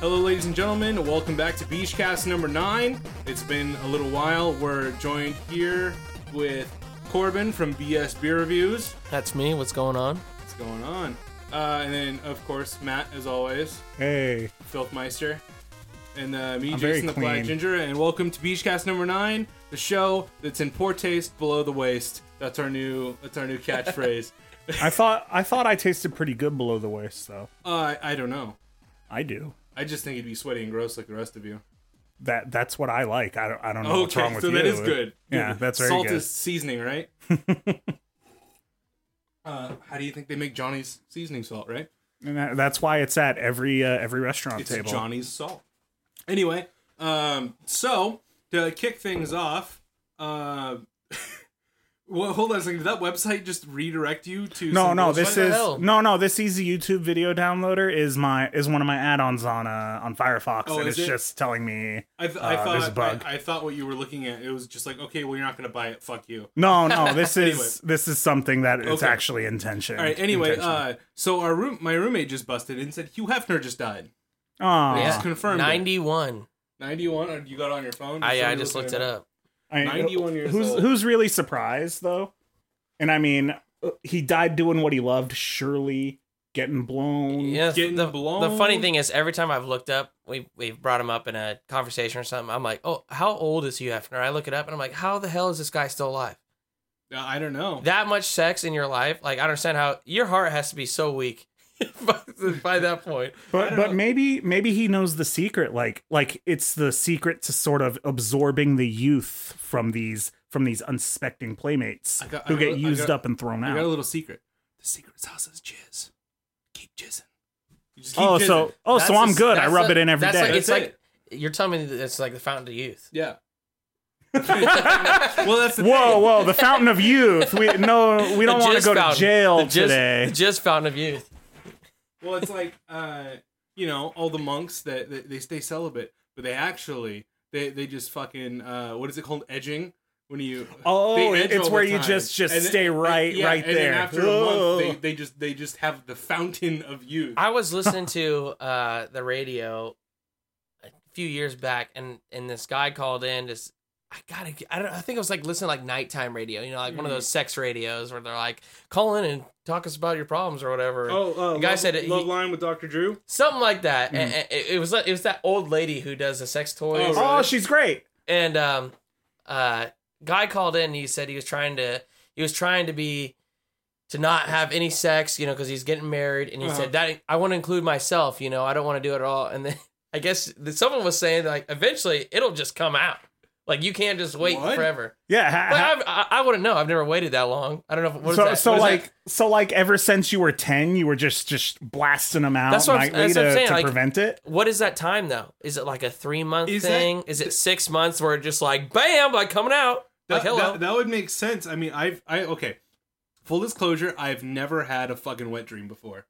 Hello, ladies and gentlemen. Welcome back to Beachcast number nine. It's been a little while. We're joined here with Corbin from BS Beer Reviews. That's me. What's going on? What's going on? Uh, and then, of course, Matt, as always, Hey, Filthmeister, and uh, me, I'm very Jason, the Black clean. Ginger. And welcome to Beachcast number nine, the show that's in poor taste below the waist. That's our new. That's our new catchphrase. I thought I thought I tasted pretty good below the waist, though. uh, I don't know. I do. I just think you'd be sweaty and gross like the rest of you. That that's what I like. I don't I don't know what's Okay, wrong with so you. that is good. Yeah, Good. that's very Salt good. is seasoning, right? uh, how do you think they make Johnny's seasoning salt, right? And that- that's why it's at every uh, every restaurant It's table. Johnny's salt. Anyway, um, so to kick things off, uh, well, hold on a second. Did that website just redirect you to? no, some no, bullshit? this the is hell? no, no. This easy YouTube video downloader is my is one of my add-ons on uh on Firefox, Oh, and is it's it? just telling me I, th- I uh, thought there's a bug. I, I thought what you were looking at it was just like okay, well you're not gonna buy it. Fuck you. no, no. This is Anyway. this is something that it's Okay. actually intention. All right. Anyway, uh, so our room, my roommate just busted and said Hugh Hefner just died. oh, Just confirmed. it. 91. 91 or you got it on your phone I, Somebody I just looked looked it up. I, 91 years who's, old. Who's really surprised though? And I mean, uh, he died doing what he loved. Surely getting blown. Yeah, Getting the, blown. the funny thing is, every time I've looked up, we we've brought him up in a conversation or something. I'm like, oh, how old is Hugh Hefner? I look it up and I'm like, how the hell is this guy still alive? Uh, I don't know. That much sex in your life, like I don't understand how your heart has to be so weak by, by that point. But don't but know. maybe maybe he knows the secret. Like like it's the secret to sort of absorbing the youth from these from these unsuspecting playmates I got- I who get got- I used got- up and thrown I got a out. little secret. The secret sauce is jizz. Keep jizzing. You just keep Oh, jizzing. so oh, so That's I'm a- good. I that's rub a- it in every that's Like, day. it's That's like you're telling me that it's like the fountain of youth. yeah. well, that's the Whoa, whoa! The fountain of youth. We no, we don't The want to jizz go to fountain. jail The jizz- today. The jizz fountain of youth. Well, it's like uh, you know, all the monks that, that they stay celibate, but they actually they they just fucking uh, what is it called edging when you Oh, they edge it's all where the you time. just- just And then- stay right- yeah, right and there. Then after a Whoa. month, they, they just they just have the fountain of youth. I was listening to uh, the radio a few years back, and and this guy called in. Just I gotta, I don't, I think it was like listening to like nighttime radio, you know, like one Mm. of those sex radios where they're like, call in and talk us about your problems or whatever, Oh, Mm. uh, The guy love, said it- love he- line with Dr. Drew. something like that. And, and it, it was it was that old lady who does the sex toys. Oh, Oh, she's great. and um uh guy called in and he said he was trying to he was trying to be to not have any sex you know because he's getting married and he Uh-huh. said that i want to include myself you know i don't want to do it at all and then i guess that someone was saying like eventually it'll just come out like you can't just wait What? forever Yeah. ha- but ha- I've- I, I wouldn't know i've never waited that long i don't know if, what is so that Uh-huh. so What is like that? so like ever since you were 10 you were just just blasting them out That's what I'm- nightly that's what to, I'm saying, to like- prevent it what is that time though is it like a three month Is that- thing Is it six months where it just like bam like coming out like That, hello that, that would make sense. I mean, I've, I, okay. Full disclosure, I've never had a fucking wet dream before.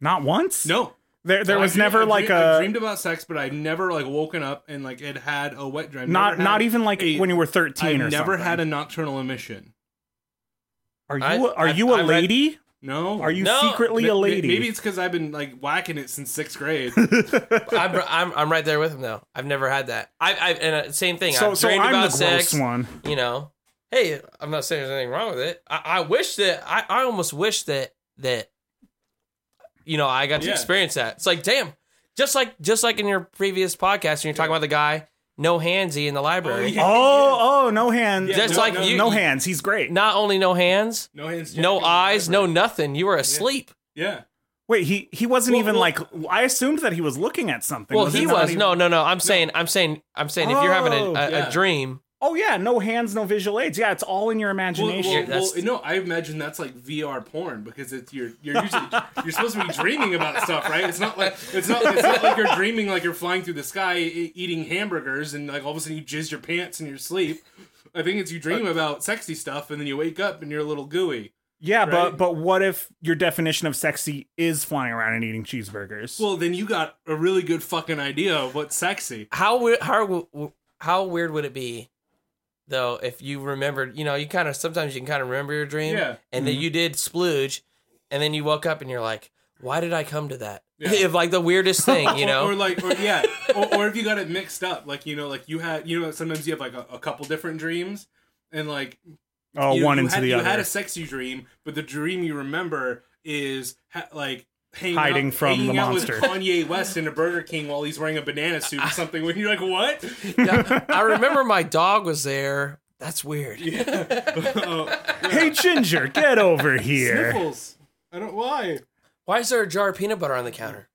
not once No. there there I was dream- never I like dream- I a dreamed about sex, but I've never, like, woken up and, like, it had a wet dream. I've not never had- not even like a- when you were 13 or I've never something. had a nocturnal emission. are you I- a- are I- you a I read- lady No. are you No. secretly Ma- a ma- lady Maybe it's because I've been, like, whacking it since sixth grade. I'm, I'm I'm right there with him though. I've never had that. I I and uh, same thing. so I've so dreamed i'm the about gross sex. one You know, hey, I'm not saying there's anything wrong with it. I, I wish that I, I almost wish that that you know I got to Yeah. experience that. It's like damn, just like just like in your previous podcast when you're talking about the guy no handsy in the library. yeah. oh oh no hands Yeah, That's no- like no- you. no you- hands he's great Not only no hands, No hands. no eyes, no nothing. You were asleep. Yeah. wait he he wasn't Well, even well- like i assumed that he was looking at something Well, it he not was. even- No, no, no. I'm saying, I'm saying, I'm saying. if you're having a, Oh, a, yeah. a dream, oh yeah no hands no visual aids yeah it's all in your Well, well, imagination Yeah, that's- well, no, I imagine that's like VR porn because it's you're you're usually you're supposed to be dreaming about stuff, right? It's not like it's not it's not like you're dreaming like you're flying through the sky e- eating hamburgers and like all of a sudden you jizz your pants in your sleep. I think it's you dream Uh, about sexy stuff and then you wake up and you're a little gooey. Yeah, right? but but what if your definition of sexy is flying around and eating cheeseburgers? Well, then you got a really good fucking idea of what's sexy. how we- how w- how weird would it be though if you remembered you know you kind of sometimes you can kind of remember your dream Yeah. and then you did splooge and then you woke up and you're like why did i come to that Yeah. of like the weirdest thing, you Or- know? or, like, or yeah, or, or if you got it mixed up, like you know, like you had, you know, sometimes you have like a, a couple different dreams, and like Oh, you, one you into had, the you other. had a sexy dream, but the dream you remember is ha- like hanging Hiding out, from the hanging out monster. with Kanye West in a Burger King while he's wearing a banana suit or something. When you're like, what? Yeah, I remember my dog was there. That's weird. hey, Ginger, get over here. Uh, Sniffles. I don't why. Why is there a jar of peanut butter on the counter?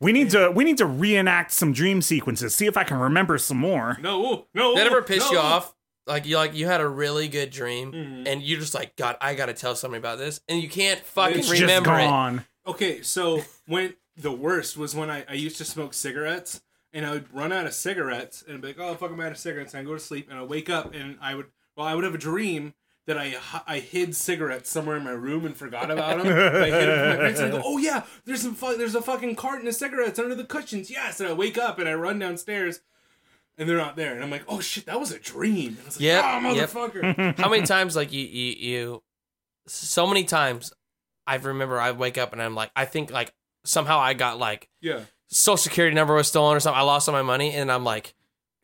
We need to we need to reenact some dream sequences. See if I can remember some more. No, no. That ever piss no. Mm-hmm. you off? Like you like you had a really good dream and you're just like, God, I gotta tell somebody about this, and you can't fucking It's It's just remember it. gone. Okay, so when the worst was when I, I used to smoke cigarettes and I would run out of cigarettes and be like, oh fuck, I'm out of cigarettes. And I go to sleep and I wake up and I would well I would have a dream that I hi- I hid cigarettes somewhere in my room and forgot about them. I hid them from my parents and I go, oh yeah, there's some fu- there's a fucking carton of cigarettes under the cushions. Yes, and I wake up and I run downstairs. And they're not there, and I'm like, "Oh shit, that was a dream." And I was like, Yep, "Ah, yep. motherfucker!" How many times like you you, you so many times I remember I wake up and I'm like, I think like somehow I got like Yeah, social security number was stolen or something. I lost all my money, and I'm like,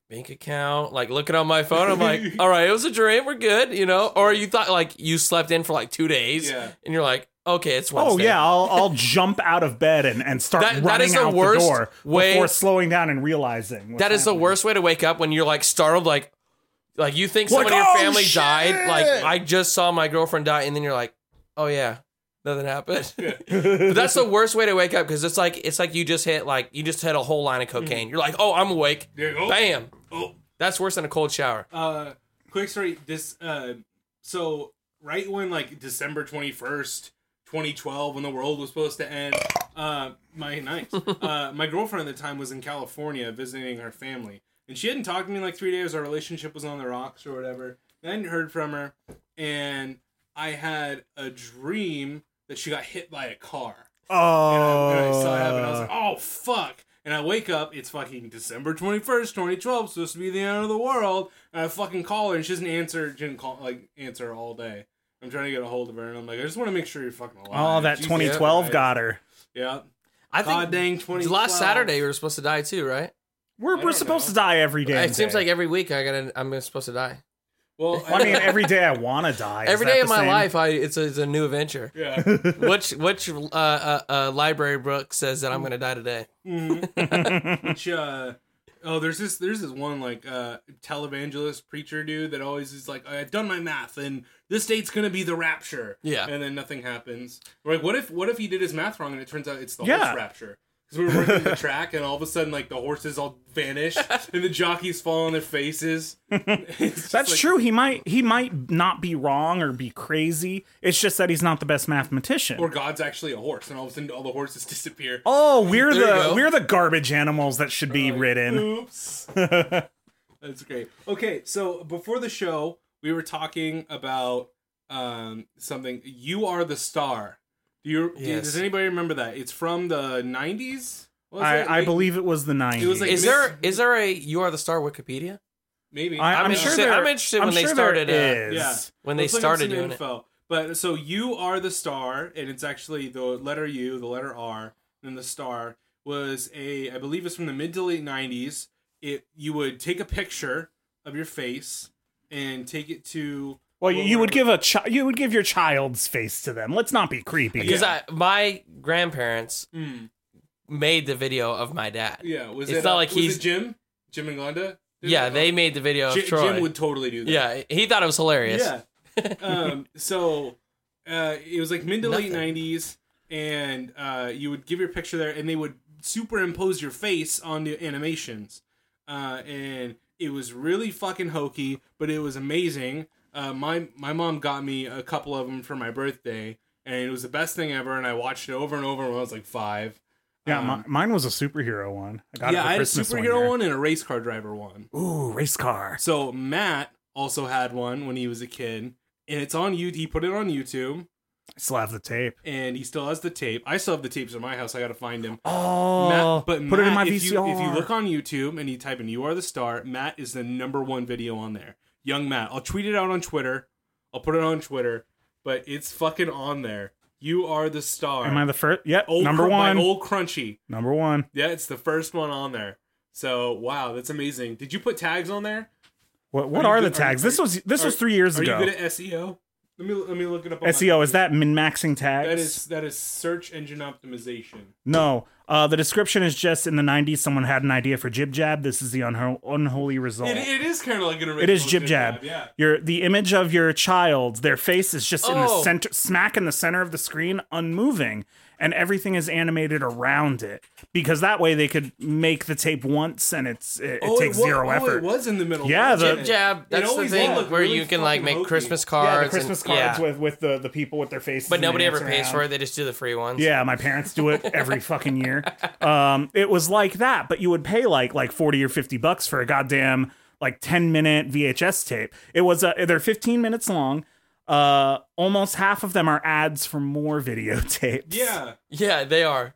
bank account, like looking on my phone. I'm like, all right, it was a dream. We're good, you know. Or you thought like you slept in for like two days, Yeah. and you're like, okay, it's Oh Wednesday. yeah, I'll I'll jump out of bed and, and start That- that running is the out worst the door way- before slowing down and realizing what's that is the happening. worst way to wake up when you're like startled, like like you think someone in oh, your family shit! died. Like I just saw my girlfriend die, and then you're like, oh yeah. Nothing happened. but that's the worst way to wake up because it's like it's like you just hit like you just hit a whole line of Mm-hmm. cocaine. You're like, oh, I'm awake. there you go. Bam. Oh, That's worse than a cold shower. uh quick story this uh so right when like december 21st 2012 when the world was supposed to end uh my night uh my girlfriend at the time was in california visiting her family and she hadn't talked to me in like three days our relationship was on the rocks or whatever and i hadn't heard from her and i had a dream that she got hit by a car and Oh, I, and I saw it happen. I was like, "Oh fuck!" And I wake up. It's fucking December twenty first, twenty twelve. Supposed to be the end of the world. And I fucking call her, and she doesn't answer. She didn't call like answer all day. I'm trying to get a hold of her, and I'm like, "I just want to make sure you're fucking alive." oh, that Jesus 2012 Christ. got her. Yeah. I think God dang twenty. Last Saturday, we were supposed to die too, right? We're, I we're don't supposed know. to die every day. it seems like every week I got. I'm supposed to die. Well, I mean, every day I want to die. Is Every that day the of my same? life, I it's a, it's a new adventure. yeah. which which uh, uh, uh, library book says that I'm Mm. going to die today? Which, uh, oh, there's this there's this one like uh televangelist preacher dude that always is like, I've done my math, and this date's gonna be the rapture. Yeah. and then nothing happens. We're like, what if what if he did his math wrong and it turns out it's the Yeah. horse rapture? Because we were working the track, and all of a sudden, like the horses all vanish, and the jockeys fall on their faces. It's just That's like- true. He might he might not be wrong or be crazy. It's just that he's not the best mathematician. Or God's actually a horse, and all of a sudden, all the horses disappear. oh, we're There you the go. we're the garbage animals that should be ridden. Oops. That's great. Okay, so before the show, we were talking about um, something. You are the star. Do you? do- Yes. does anybody remember that? It's from the nineties. I, I believe it was the 90s. was like- Is there is there a you are the star Wikipedia maybe. I, I'm am sure interested- there, I'm interested I'm when they sure there started, uh, is. yeah. when Let's they look up started some doing it? info. But so you are the star, and it's actually the letter U, the letter R, and the star was a I believe it's from the mid to late nineties. It you would take a picture of your face and take it to Well, you, you where- would give a chi- you would give your child's face to them. Let's not be creepy. Because Yeah. I my grandparents Mm, made the video of my dad. Yeah, yeah, was It's it not uh, like was it he's- Jim Jim and Glenda? they made the video of Jim, Troy. Jim would totally do that. yeah, he thought it was hilarious. Yeah. um, so uh, it was like mid to late Nothing. nineties, and uh, you would give your picture there, and they would superimpose your face onto animations, uh, and it was really fucking hokey, but it was amazing. Uh, my my mom got me a couple of them for my birthday, and it was the best thing ever. And I watched it over and over when I was like five. Yeah, Um, mi- mine was a superhero one. I got yeah, it for I had a Christmas superhero one, one, year. and a race car driver one. Ooh, race car. So Matt also had one when he was a kid, and it's on you. He put it on YouTube. I still have the tape. and he still has the tape. I still have the tapes in my house. I got to find him. Oh, Matt, but but Matt, put it in my If you, VCR. if you look on YouTube and you type in "You Are the Star," Matt is the number one video on there. Young Matt. I'll tweet it out on Twitter. I'll put it on Twitter, but it's fucking on there. You are the star. Am I the first? Yep. old number Cr- by one. Old Crunchy. Number one. Yeah, it's the first one on there. So wow, that's amazing. Did you put tags on there? What what you are, the good- are you- tags? this are- was this are- was three years Are ago. you good at SEO? Let me let me look it up. On my SEO is that min maxing tags? That is that is search engine optimization. no. Uh, the description is just in the '90s. Someone had an idea for jib jab. This is the unho- unholy result. It, it is kind of like an original. it is jib jab. Oh, Yeah. Your the image of your child, their face is just in the Oh. center, smack in the center of the screen, unmoving, and everything is animated around it. Because that way they could make the tape once, and it's it, it Oh, takes wa- zero oh, effort. it was in the middle. Yeah, the- wasn't Jib it? jab. It That's the always thing looked where really you can like fucking make hokey. Christmas cards. yeah, the Christmas and, cards yeah. with with the the people with their faces. But and the nobody ants ever pays around. for it. They just do the free ones. Yeah, my parents do it every fucking year. Um, it was like that, but you would pay like like forty or fifty bucks for a goddamn like ten minute VHS tape. It was uh, they're fifteen minutes long. Uh, almost half of them are ads for more videotapes. Yeah, Yeah, they are.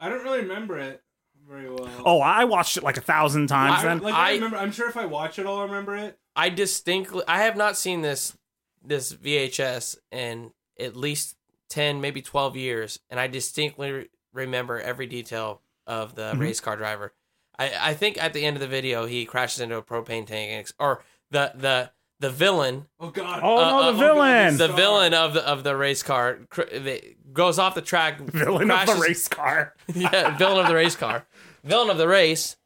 I don't really remember it very well. Oh, I watched it like a thousand times. I, Then like I, I- remember. I'm sure if I watch it, I'll remember it. I distinctly I have not seen this this VHS in at least 10 maybe 12 years and I distinctly re- remember every detail of the Mhm. race car driver. I, I think at the end of the video he crashes into a propane tank and ex- or the the the villain Oh God. oh uh, no, uh, the oh, villain, the Star. villain of the of the race car cr- the, goes off the track villain of crashes- the race car. yeah, villain of the race car. Villain of the race.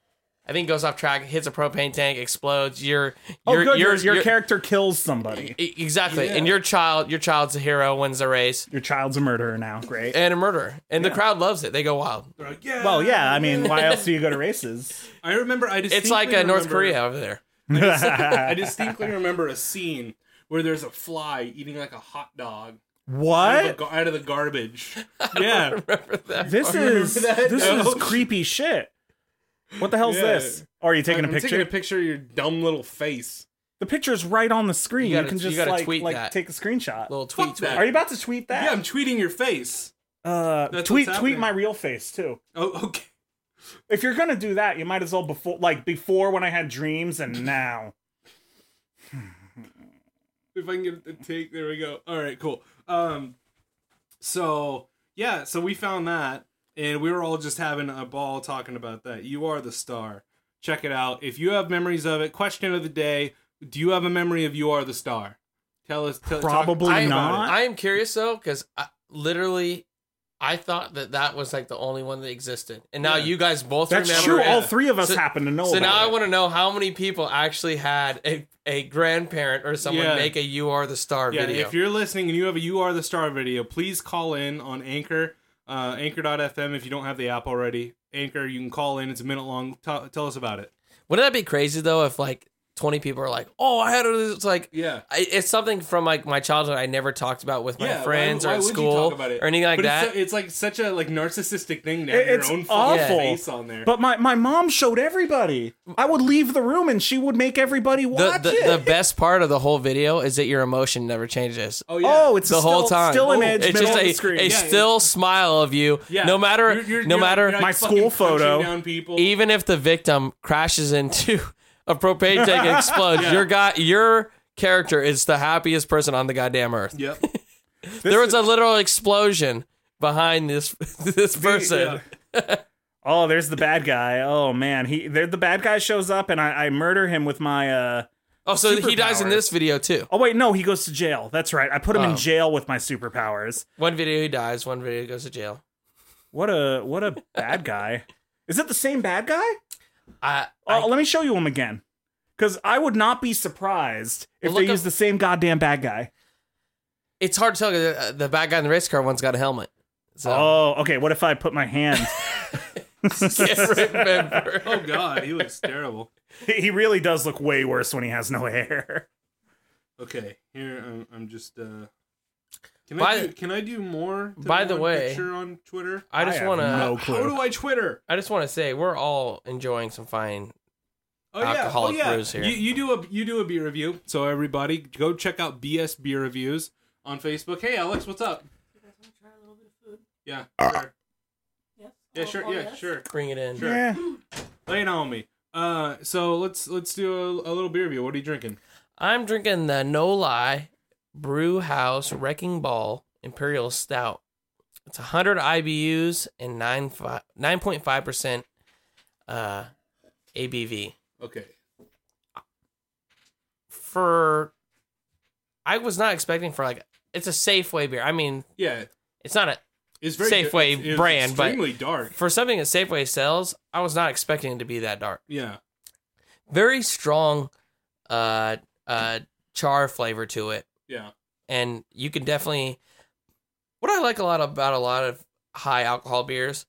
I think goes off track, hits a propane tank, explodes. Your Oh, your good. Your, your, your character kills somebody. E- Exactly. Yeah. And your child, your child's a hero, wins the race, Your child's a murderer now. Great. and a murderer. And the crowd loves it. They go wild. They're like, yeah. Well, yeah. I mean, why else do you go to races? I remember. I distinctly It's like uh, North remember- Korea over there. I distinctly remember a scene where there's a fly eating like a hot dog out of, what? the gar- out of the garbage. Yeah. Oh, Remember that? This part? is that? this No. is creepy shit. What the hell's Yeah. this? Are you taking I'm a picture? Taking a picture of your dumb little face. the picture's right on the screen. You You, gotta- can you just gotta like, tweet like that. take a screenshot. little tweet. Fuck that. Are you about to tweet Yeah, I'm that? tweeting your face. uh, That's tweet what's tweet happening. my real face too. Oh, okay. If you're gonna do that, you might as well before like before when I had dreams and now. If I can get the take, there we go. All right, cool. Um, so yeah, so we found that, and we were all just having a ball talking about that. You are the star. Check it out. If you have memories of it, question of the day: Do you have a memory of you are the star? Tell us. Tell, talk- Probably talk about not. it. I am curious though, because literally, I thought that that was like the only one that existed, and now Yeah. you guys both That's remember. true. it. All three of us So- happen to know. So about now I it. want to know how many people actually had a, a grandparent or someone Yeah. make a "You Are the Star" Yeah, video. if you're listening and you have a "You Are the Star" video, please call in on Anchor, uh, Anchor.fm. If you don't have the app already, Anchor, you can call in. It's a minute long. T- tell us about it. Wouldn't that be crazy though? If like twenty people are like, "Oh, I had a," it's like Yeah. I, it's something from like my childhood I never talked about with my Yeah, why- friends why or at would you school talk about it? or anything like but that. It's, su- it's like such a like narcissistic thing to It- have your it's own fucking awful. face on there. But my, my mom showed everybody. I would leave the room and she would make everybody the, watch it. the, the best part of the whole video is that your emotion never changes. oh Oh, it's The a whole still, time. still Oh, image it's middle just of a, the screen. a Yeah, still smile of you. No matter, You're- you're- no you're- matter, E- you're, My like, school fucking punching photo. down people. even if the victim crashes into a propane tank and explodes, your guy, your character is the happiest person on the goddamn earth. yep. there was a literal explosion behind this this person. yeah. oh, there's the bad guy. Oh man, he there the bad guy shows up and I, I murder him with my. uh Oh, so he dies in Superpowers. this video too. Oh wait, no, he goes to jail. That's right. I put him Oh. in jail with my superpowers. One video he dies, one video he goes to jail. What a what a bad guy. Is it the same bad guy? I, Uh, I let me show you him again. Because I would not be surprised if Look they use up- the same goddamn bad guy. it's hard to tell 'cause, uh, the bad guy in the race car one's got a helmet. So Oh, okay. What if I put my hand? can't remember. Oh god, he looks terrible. he really does look way worse when he has no hair. Okay, here I'm, I'm just. uh Can By I the- do, can I do more? to by the one way- uh, picture on Twitter. I just have want to. no How clue. do I Twitter? I just want to say we're all enjoying some fine. Oh yeah, Alcoholic oh, yeah. brews here. You, you do a you do a beer review. So everybody, go check out BS Beer Reviews on Facebook. Hey Alex, what's up? Yeah, Ah. sure. Yeah, sure. yeah, sure. Bring it in. Sure. Yeah. Lay it on me. Uh, so let's let's do a, a little beer review. What are you drinking? I'm drinking the No Lie Brew House Wrecking Ball Imperial Stout. It's 100 IBUs and 9, 9.5% uh, ABV. Okay. For, I was not expecting for like, it's a Safeway beer. I mean, Yeah. it's not a, It's very Safeway it's- it's brand, but- extremely dark. for something that Safeway sells, I was not expecting it to be that dark. Yeah. Very strong uh, uh, char flavor to it. Yeah. and you can definitely what i like a lot about a lot of high alcohol beers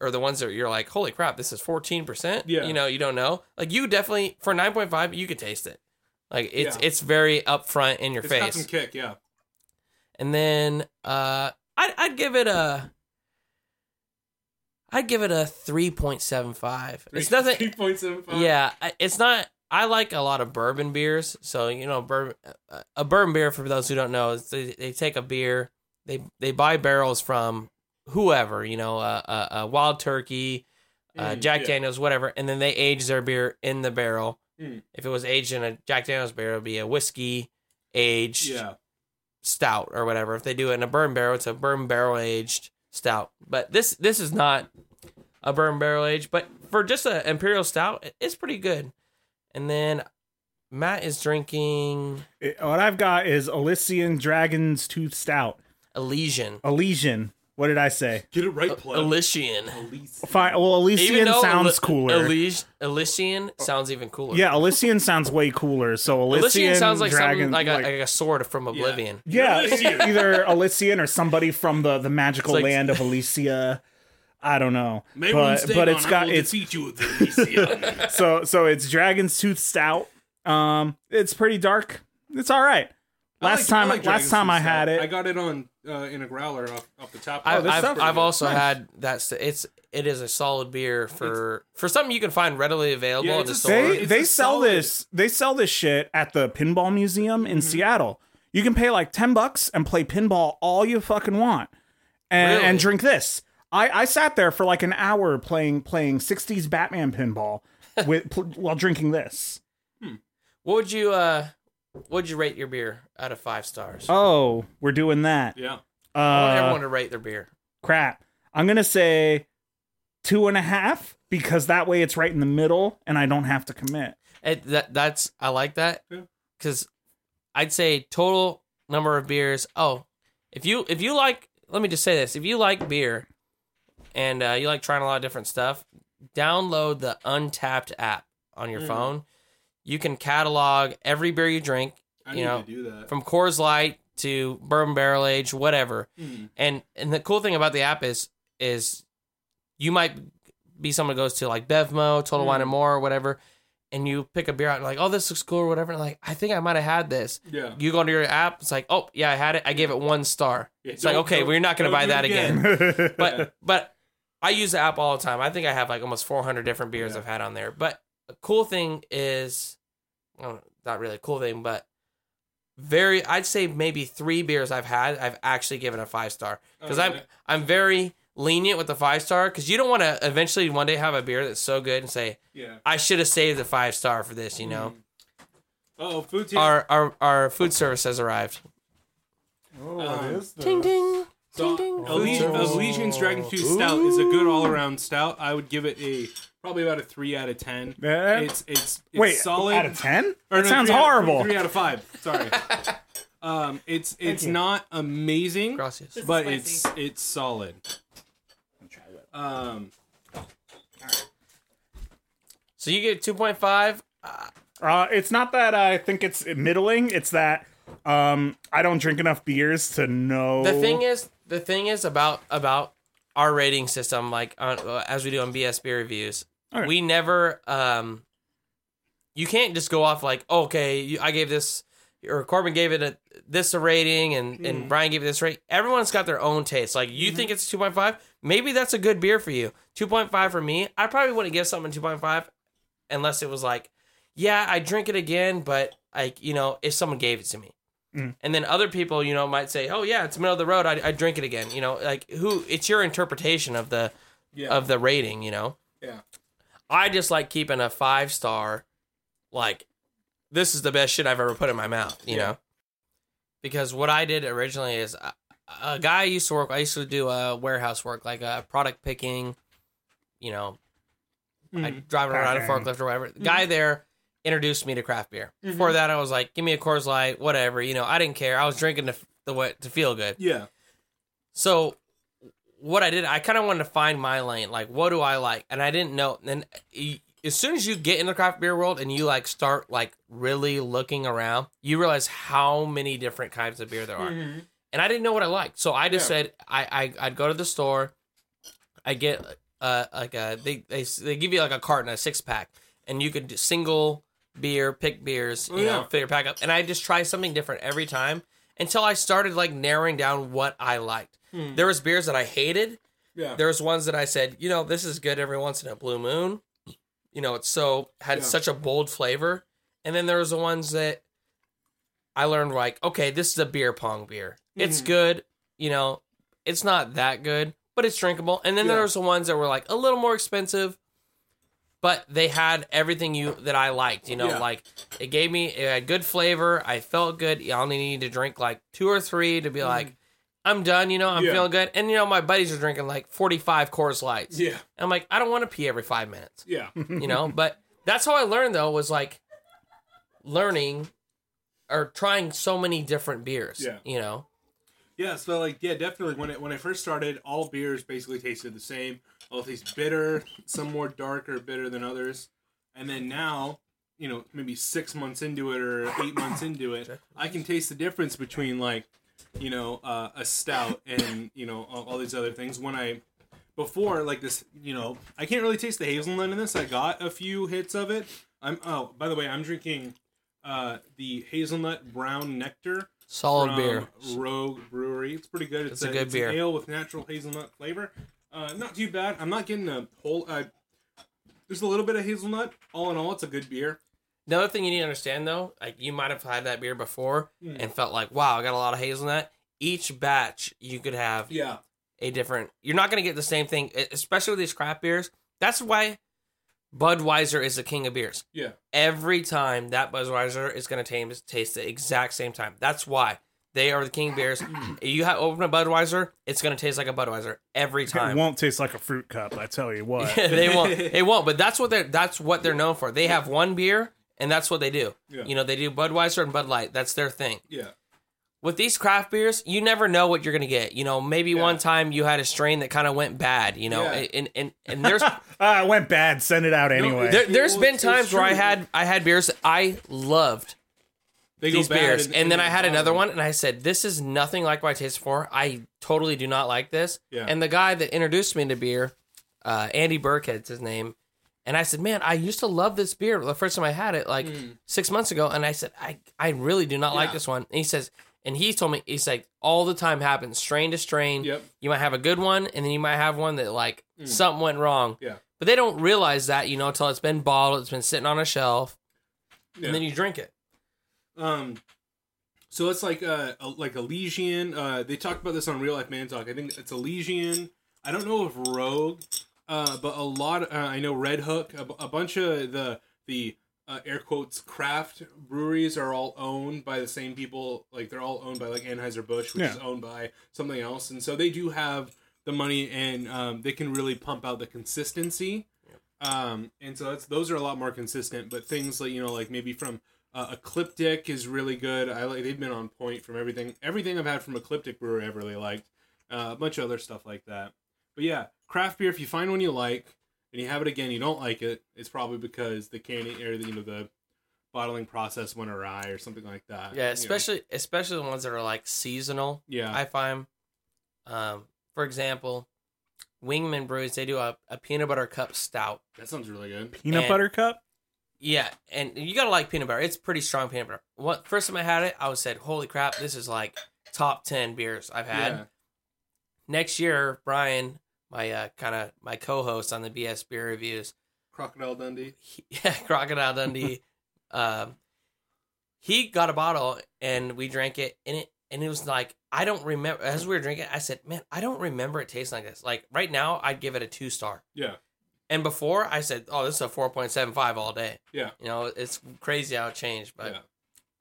or the ones that you're like holy crap this is 14% Yeah. you know you don't know like you definitely for 9.5 you could taste it like it's Yeah. it's very upfront in your It's got some face kick. Yeah. and then uh I'd, I'd give it a i'd give it a 3.75 it's nothing Three point seven five. yeah, I- it's not. I like a lot of bourbon beers, so you know, bourbon, a- a bourbon beer for those who don't know, is they, they take a beer, they they buy barrels from whoever, you know, uh, uh, uh, Wild Turkey, uh, Mm, Jack yeah. Daniels, whatever, and then they age their beer in the barrel. Mm. If it was aged in a Jack Daniels beer, it'd be a whiskey aged Yeah. stout or whatever. If they do it in a bourbon barrel, it's a bourbon barrel aged stout. But this this is not a bourbon barrel aged, but for just an imperial stout, it- it's pretty good. And then Matt is drinking It- what I've got is Elysian Dragon's Tooth Stout. Elysian. Elysian. What did I say? Get it right, plug. Elysian. Elise. Fine. Well, Oh, Elysian sounds Ely- cooler. Elys- Elysian sounds even cooler. yeah, Elysian sounds way cooler. So Elysian, Elysian, sounds like something Dragon, like a, like a sword from Oblivion. Yeah, Elysian. either Elysian or somebody from the, the magical It's like- land of Elysia. I don't know, Maylin but Stagon, but it's I got will it's defeat you with Elysium. so so it's Dragon's Tooth Stout. Um, it's pretty dark. It's all right. I Last like- time, I like last Dragon's time I Tooth had Stout. I it. got it on uh, in a growler off, off the top. Oh, I've, this I've, sounds I've pretty also Oh, nice. had that's it's it is a solid beer for for something you can find readily available Yeah, at it's the a- store. They It's they a sell solid- Mm-hmm. this they sell this shit at the pinball museum in Seattle. You can pay like ten bucks and play pinball all you fucking want, and Really? and drink this. I I sat there for like an hour playing playing '60s Batman pinball with pl- while drinking this. What would you uh what would you rate your beer out of five stars? Oh, we're doing that. yeah. I want Uh, everyone to rate their beer. crap. I'm gonna say two and a half because that way it's right in the middle and I don't have to commit. It, that that's I like that Yeah. because I'd say total number of beers. Oh, if you if you like, let me just say this: if you like beer and uh, you like trying a lot of different stuff, download the Untapped app on your Mm. phone. You can catalog every beer you drink, I You need know, to do that. from Coors Light to Bourbon Barrel Age, whatever. Hmm. And and the cool thing about the app is is you might be someone who goes to like Bevmo, Total Wine Mm. and More, or whatever, and you pick a beer out and like, oh, this looks cool or whatever. And like, I think I might have had this. Yeah. You go into your app, it's like, oh yeah, I had it. I gave it one star. Yeah, It's like, don't- okay, don't- we're not gonna don't buy do it that again. But Yeah. but I use the app all the time. I think I have like almost 400 different beers Yeah. I've had on there. But a cool thing is, oh, not really a cool thing, but very. I'd say maybe three beers I've had I've actually given a five star Oh, because I'm Okay. I'm very lenient with the five star because you don't want to eventually one day have a beer that's so good and say yeah. I should have saved the five star for this. You know, Oh, food team. our our our food service has arrived. Oh, what is Ding ding. So, Ding, ding. Elysian, Oh. Elysian's Dragon Tooth Stout is a good all-around stout. I would give it a probably about a three out of ten. Yeah. It's it's, it's Wait, solid. out of ten? Or That no, sounds three out- horrible. three out of five. Sorry. um, it's it's you. not amazing, Gracias. but Spicy. it's it's solid. Um, So you get two point five. Uh, it's not that I think it's middling. It's that um, I don't drink enough beers to know. the thing is the thing is about about our rating system like on, uh, as we do on bs beer reviews Alright. we never um you can't just go off like okay you, i gave this or corbin gave it a this a rating and and brian gave it this rate everyone's got their own taste like you think it's 2.5 maybe that's a good beer for you 2.5 for me i probably wouldn't give something 2.5 unless it was like yeah i drink it again but like you know if someone gave it to me and then other people, you know, might say, "Oh yeah, it's middle of the road. I, I drink it again." You know, like who? It's your interpretation of the yeah, of the rating. You know, yeah, I just like keeping a five star. Like, this is the best shit I've ever put in my mouth. You Yeah. know, because what I did originally is I, a guy I used to work. I used to do uh, warehouse work, like uh, product picking. You know, I Mm. driving around a Packing. forklift or whatever. The guy there introduced me to craft beer. Before that, I was like, "Give me a Coors Light, whatever." You know, I didn't care. I was drinking to the way to feel good. Yeah. So what I did, I kind of wanted to find my lane. Like, what do I like? And I didn't know. And y- as soon as you get in the craft beer world and you like start like really looking around, you realize how many different kinds of beer there are. And I didn't know what I liked, so I just Mm-hmm. Yeah. said I, I I'd go to the store, I get uh like a they they they give you like a carton, a six pack, and you could single beer, pick beers, you Oh, yeah. know, fill your pack up. And I just try something different every time until I started like narrowing down what I liked. Hmm. There was beers that I hated. Yeah. There was ones that I said, you know, this is good every once in a blue moon. You know, it's so had Yeah. such a bold flavor. And then there was the ones that I learned like, okay, this is a beer pong beer. It's Mhm. good, you know, it's not that good, but it's drinkable. And then Yeah. there was the ones that were like a little more expensive, but they had everything you that I liked. You know, Yeah. like it gave me it had good flavor. I felt good. I only needed to drink like two or three to be like, I'm done. You know, I'm Mm-hmm. Yeah. feeling good. And you know, my buddies are drinking like 45 Coors Lights. Yeah. I'm like, I don't want to pee every five minutes. Yeah. You know, but that's how I learned though was like learning or trying so many different beers. Yeah. You know. Yeah, so like yeah, definitely when it when I first started, all beers basically tasted the same. All taste bitter, some more darker bitter than others. And then now, you know, maybe six months into it or eight months into it, I can taste the difference between like, you know, uh, a stout and you know all, all these other things. When I before like this, you know, I can't really taste the hazelnut in this. I got a few hits of it. I'm oh by the way, I'm drinking uh, the hazelnut brown nectar Solid from beer. Um, Rogue Brewery. It's pretty good. It's, a good it's beer. An ale with natural hazelnut flavor. Uh, not too bad. I'm not getting a whole. Uh, there's a little bit of hazelnut. All in all, it's a good beer. Another thing you need to understand though, like you might have had that beer before Hmm. and felt like, wow, I got a lot of hazelnut. Each batch you could have Yeah. a different. You're not going to get the same thing, e- especially with these craft beers. That's why Budweiser is the king of beers. Yeah. Every time that Budweiser is going to taste taste the exact same time. That's why they are the king of beers. you ha- open a Budweiser, it's going to taste like a Budweiser every It time. won't taste like a fruit cup, I tell you what. Uh, they won't. It won't. But that's what they're. That's what they're known for. They have one beer, and that's what they do. Yeah. You know, they do Budweiser and Bud Light. That's their thing. Yeah. With these craft beers, you never know what you're gonna get. You know, maybe one time you had a strain that kind of went bad. You know, Yeah. and and and there's Ah, it went bad. Send it out anyway. there, there's Well, been it's- it's times where I true. had I had beers that I loved They these bad beers, in- and in then I the had another bottle. one, and I said, "This is nothing like what I tasted before. I totally do not like this." Yeah. And the guy that introduced me to beer, uh, Andy Burkhead's his name, and I said, "Man, I used to love this beer the first time I had it, like six months ago." And I said, "I I really do not Hmm. like Yeah. this one." And he says, and he told me, he's like, "All the time happens, strain to strain. Yep. Hmm. You might have a good one, and then you might have one that like something went wrong." Yeah. But they don't realize that, you know, until it's been bottled, it's been sitting on a shelf, Yeah. and then you drink it. Um, so it's like uh, a, a like Elysian. Uh, they talked about this on Real Life Man Talk. I think it's Elysian. I don't know if Rogue, uh, but a lot. uh, I know Red Hook. A, bu- a bunch of the the uh, air quotes craft breweries are all owned by the same people. Like they're all owned by like Anheuser Busch, which is Yeah. owned by something else, and so they do have the money and um, they can really pump out the consistency. Um, and so that's those are a lot more consistent. But things like you know, like maybe from uh, Ecliptic is really good. I like they've been on point from everything. Everything I've had from Ecliptic Brewery, I've really liked. Uh, a bunch of other stuff like that. But yeah, craft beer. If you find one you like and you have it again, you don't like it. It's probably because the canning or the, you know the bottling process went awry or something like that. you Yeah, know. especially especially the ones that are like seasonal. yeah, I find, um, for example, Wingman Brews they do a, a peanut butter cup stout. that sounds really good. Peanut and- butter cup? Yeah, and you gotta like peanut butter. It's pretty strong peanut butter. What first time I had it, I was said, "Holy crap, this is like top ten beers I've had." Yeah. Next year, Brian, my uh, kind of my co-host on the BS Beer Reviews, Crocodile Dundee. he- yeah, Crocodile Dundee. um, he got a bottle and we drank it, and it and it was like I don't remember. As we were drinking, I said, "Man, I don't remember it tasting like this." Like right now, I'd give it a two star, Yeah, and before I said, "Oh, this is a four point seven five all day." Yeah. you know, it's crazy how it changed, but Yeah.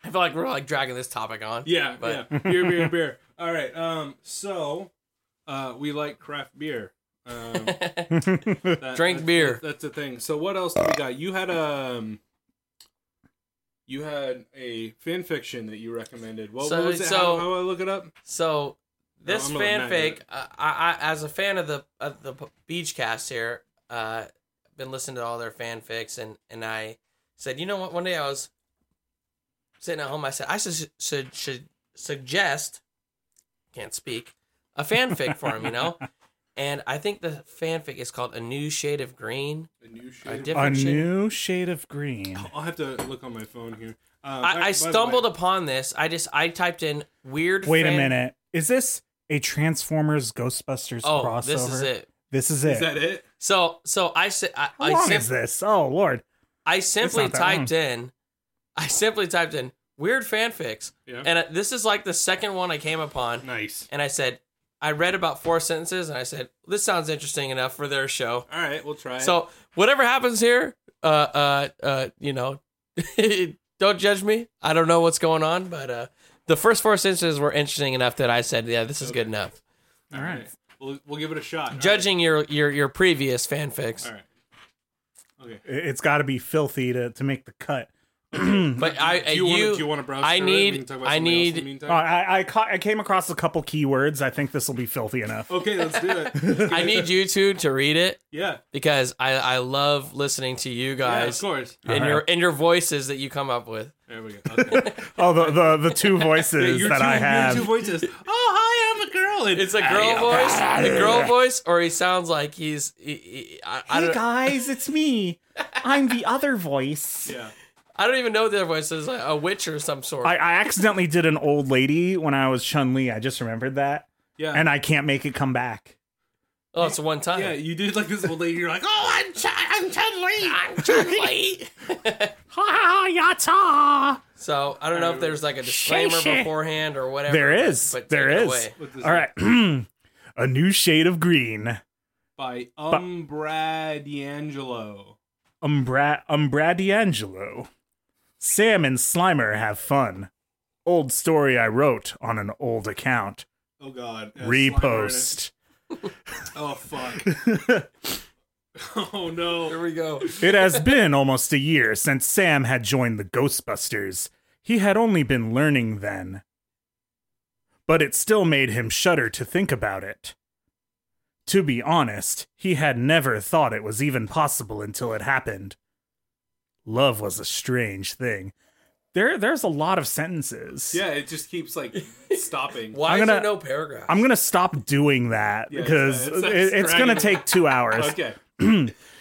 I feel like we're like dragging this topic on. Yeah, But- yeah. Beer, beer, beer. All right. Um. So, uh, we like craft beer. Um, that- Drink that- beer. that- that's the thing. So, what else do we got? You had um. You had a fan fiction that you recommended. What, So- what was it? so- how, how do I look it up? So this I'm gonna fanfic, nag it. uh, I, I as a fan of the of the beach cast here, uh, been listening to all their fanfics, and and I said, you know what? One day I was sitting at home. I said, I should should, should suggest, can't speak, a fanfic for him. You know. And I think the fanfic is called "A New Shade of Green." A new A shade. A different shade. new shade of green. Oh, I'll have to look on my phone here. Um, I, I stumbled By upon this. I just I typed in "weird." Wait fan- a minute. Is this a Transformers Ghostbusters Oh, crossover? this is it. This is the way, it. is that it? So so I said I, How I long sim- is this? Oh lord. I simply not that typed in, I simply typed in weird fanfics, Yeah. and uh, this is like the second one I came upon, nice. and I said I read about four sentences, and I said this sounds interesting enough for their show. All right, we'll try it. So whatever happens here, uh, uh, uh, you know, don't judge me. I don't know what's going on, but uh, the first four sentences were interesting enough that I said, yeah, this is good enough. All right. We'll, we'll give it a shot. Judging your your your previous fanfics, All right. All right. Okay. It- It's got to be filthy to, to make the cut. oh, but I do you, you- want, do you want to browse? I through it? need- We can talk about I somebody else in need- the meantime. Uh, I I, ca- I came across a couple keywords. I think this will be filthy enough. Okay, let's do it. Let's give I it- need you two to read it Yeah, because I I love listening to you yeah, guys. of course. Uh-huh. and your and your voices that you come up with. There we go. Okay. Oh, the the, the two Yeah, voices your that two, I your have. two voices. Oh, hi, I'm a girl. And, Ah, It's a girl voice, a girl voice, or he sounds like he's. He, he- I, I, don't, guys, it's me. I'm the other voice. yeah. I don't even know their voices. Like a witch or some sort. I, I accidentally did an old lady when I was Chun Li. I just remembered that, Yeah. and I can't make it come back. oh, it's one time. yeah, you did like this old lady. You're like, oh, I'm Chun, I'm Chun Li. I'm Chun Li. Ha ha yata. so I don't know if there's like a disclaimer Sheesh. beforehand or whatever. There but- is. but there take it is. away. What does All right. a new shade of green. By Umbra D'Angelo. Umbra Umbra D'Angelo. Sam and Slimer have fun. Old story I wrote on an old account. Oh God. That's Slimer in Repost. it. Oh fuck. oh no. Here we go. It has been almost a year since Sam had joined the Ghostbusters. He had only been learning then. But it still made him shudder to think about it. To be honest, he had never thought it was even possible until it happened. Love was a strange thing. There there's a lot of sentences. Yeah, it just keeps like stopping. Why I'm is gonna- there no paragraph? I'm going to stop doing that Yeah, it's, because uh, it's, uh, it- it's going to dragging. take 2 hours. Okay.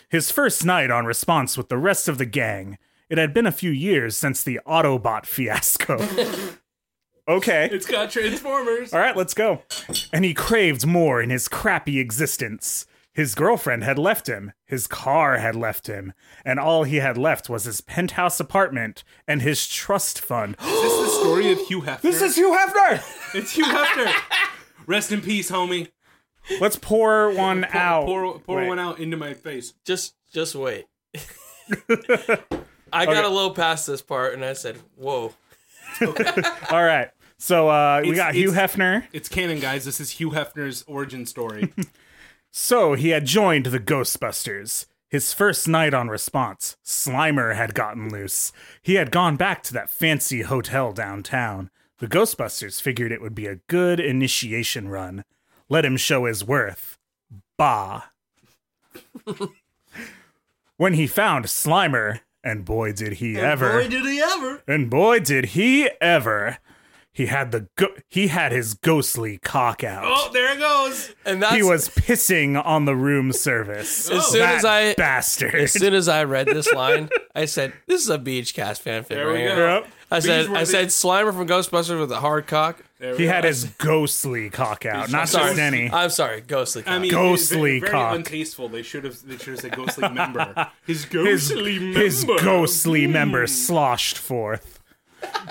His first night on response with the rest of the gang. It had been a few years since the Autobot fiasco. okay. It's got Transformers. All right, let's go. And he craved more in his crappy existence. His girlfriend had left him, his car had left him, and all he had left was his penthouse apartment and his trust fund. This is the story of Hugh Hefner. this is Hugh Hefner! It's Hugh Hefner. Rest in peace, homie. Let's pour one out. Pour, pour Wait. one out into my face. just just wait. I got a little past this part, and I said, "Whoa." All right. So uh, we It's- got Hugh it's- Hefner. It's canon, guys. This is Hugh Hefner's origin story. So he had joined the Ghostbusters. His first night on response, Slimer had gotten loose. He had gone back to that fancy hotel downtown. The Ghostbusters figured it would be a good initiation run. Let him show his worth. Bah. when he found Slimer, and boy did he ever. did he ever! And boy did he ever. He had the go- he had his ghostly cock out Oh, there it goes. And that's he was pissing on the room service. As soon That as I- bastard. As soon as I read this line, I said, "This is a beach cast fanfic." There right we here." go. Yep. I said, were I the- said, Slimer from Ghostbusters with a hard cock. There he we had go. his ghostly cock out, not sorry. just any. I'm sorry, ghostly cock. I mean, very, ghostly very cock. untasteful. They should have. They should have said ghostly member. His His, ghostly member. his ghostly Hmm. member sloshed forth.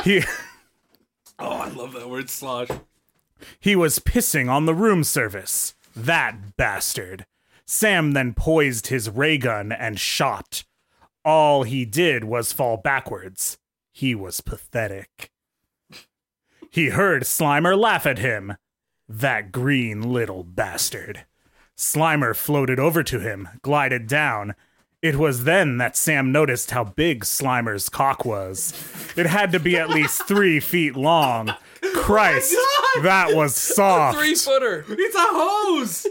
He Oh, I love that word slosh. he was pissing on the room service. That bastard. Sam then poised his ray gun and shot. All he did was fall backwards. He was pathetic. He heard Slimer laugh at him. That green little bastard. Slimer floated over to him, glided down. It was then that Sam noticed how big Slimer's cock was. It had to be at least three feet long. Christ, God! that was soft. Three footer. It's a hose.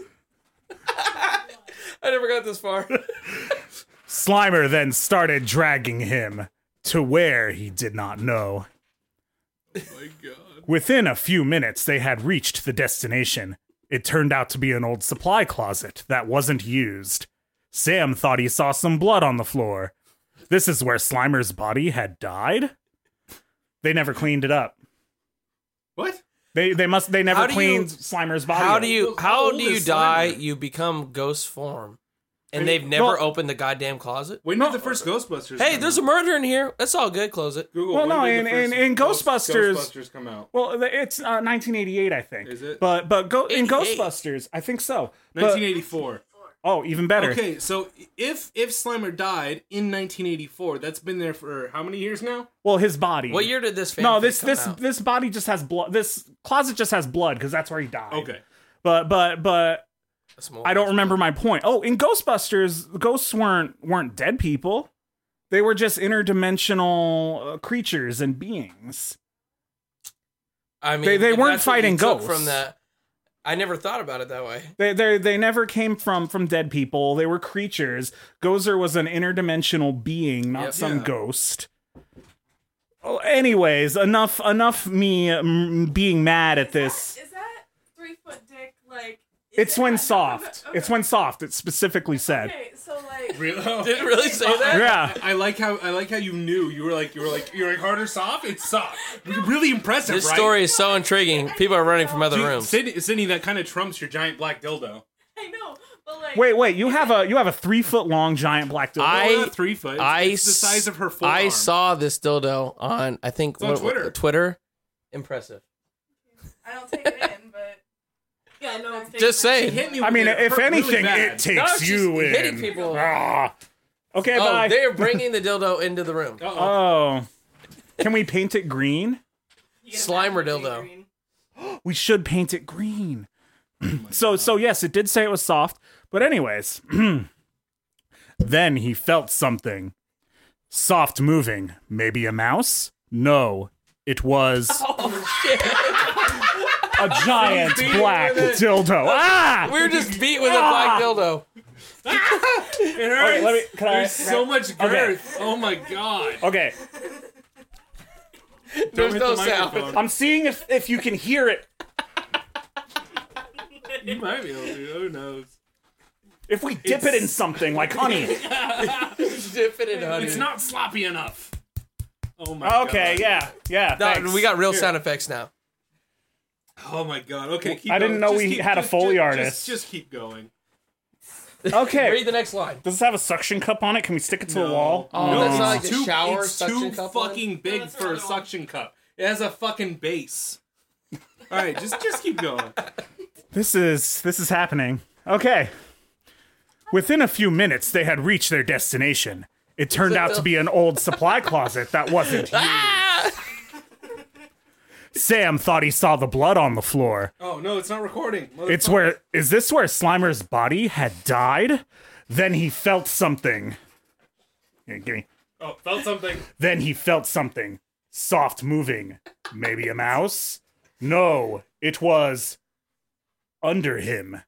I never got this far. Slimer then started dragging him to where he did not know. My God. Within a few minutes, they had reached the destination. It turned out to be an old supply closet that wasn't used. Sam thought he saw some blood on the floor. This is where Slimer's body had died. They never cleaned it up. What? They they must they never How do you- cleaned Slimer's body. How up. do you How how old do is you die? Slimer? You become ghost form, and Hey, they've never well- opened the goddamn closet. When No. did the first Ghostbusters? Hey, come there's a out? murder in here. That's all good. Close it. Google. Well, when no, did the in- first in- in Ghost- Ghostbusters- Ghostbusters come out. Well, the- it's uh, 1988, I think. Is it? But but go, in 88. Ghostbusters, I think so. But, 1984. oh, even better. Okay, so if if Slimer died in 1984, that's been there for how many years now? Well, his body. What year did this? No, fanfic this come this out? this body just has blood. This closet just has blood because that's where he died. Okay. But but but That's more- I don't remember my point. Oh, in Ghostbusters, ghosts weren't weren't dead people. They were just interdimensional uh, creatures and beings. I mean, They- they if weren't that's what fighting you took ghosts. From that, I never thought about it that way. They they they never came from from dead people. They were creatures. Gozer was an interdimensional being, not Yep. some Yeah. ghost. Oh, anyways, enough enough me um, being mad at this. Is that three foot dick like? is It's it- when I don't remember- soft. okay. It's when soft. It's specifically said. Okay, so like. Really? Did it really say that? Yeah. I like how I like how you knew. You were like you were like you were like harder soft. It's soft. Really impressive. This right? story is so intriguing. People are running from other Dude, rooms. Sydney, Sydney, that kind of trumps your giant black dildo. I know, but like. Wait, wait. You have a you have a three foot long giant black dildo. I- Well, not three foot. It's, I it's the s- size of her full I arm. saw this dildo on I think It's on Twitter. Twitter. Impressive. I don't take it in, but. Yeah, no. I'm taking Just it in. saying. It hit me I with- mean, it if hurt really anything, bad. it No, takes it's you just in. hitting people. Ah. Okay, Oh, bye. they're bringing the dildo into the room. Uh-oh. oh, can we paint it green? You get a Slimer bathroom dildo. green. We should paint it green. so, so yes, it did say it was soft. But anyways, then he felt something soft moving. Maybe a mouse? No, it was Oh, a giant Beat black with it. dildo. Ah! We were just beat with a Ah! black dildo. It hurts. Okay, let me. Can I? There's so much girth. Oh my god. okay, There's hit no the sound. microphone. I'm seeing if if you can hear it. You might be able to. Who knows? If we dip it in something like honey. Dip it in honey. It's not sloppy enough. Oh my god. Okay, yeah, yeah. No, thanks. we got real Here. sound effects now. Oh my god. Okay, keep I didn't going. know Just we keep- had a just- Foley just- artist. Just, just keep going. Okay. Read the next line. Does this have a suction cup on it? Can we stick it to the No. wall? Oh, no, that's it's not like the too, shower it's suction too cup fucking big that's for a another one. suction cup. It has a fucking base. All right, just just keep going. This is this is happening. Okay. Within a few minutes, they had reached their destination. It turned out to be an old supply closet that wasn't. Ah! Sam thought he saw the blood on the floor. Oh no, it's not recording. It's where is this where Slimer's body had died? Then he felt something. Here, give me. Oh, felt something. Then he felt something soft moving. Maybe a mouse? No, it was under him.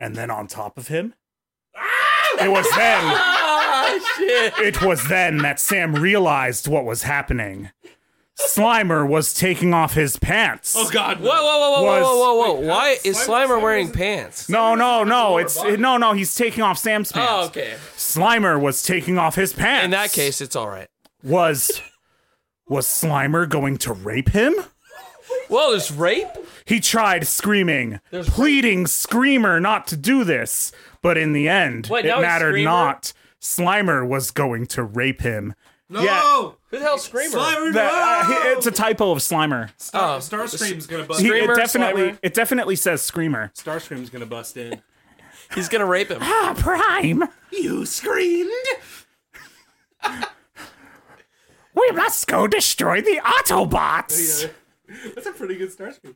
And then on top of him? It was then. Ah, shit. It was then that Sam realized what was happening. Slimer was taking off his pants. Oh god. Whoa, whoa, whoa, whoa, Was- whoa, whoa, whoa. Why is Slimer- Slimer Slimer wearing is- pants? No, no, no. It's body. no, no. He's taking off Sam's pants. Oh, okay. Slimer was taking off his pants. In that case, it's all right. was was Slimer going to rape him? Well, there's rape. He tried screaming, There's- pleading Screamer not to do this, but in the end, Wait, now it he's mattered Screamer? not. Slimer was going to rape him. No. Yeah. Who the hell's Screamer? Slimer, That- no! uh, it's a typo of Slimer. Star, Oh. Starscream's gonna bust. He- in. Screamer, it definitely Slimer. it definitely says Screamer. Starscream's gonna bust in. He's gonna rape him. Ah, Prime. You screamed. We We must go destroy the Autobots. Yeah. That's a pretty good start. screen.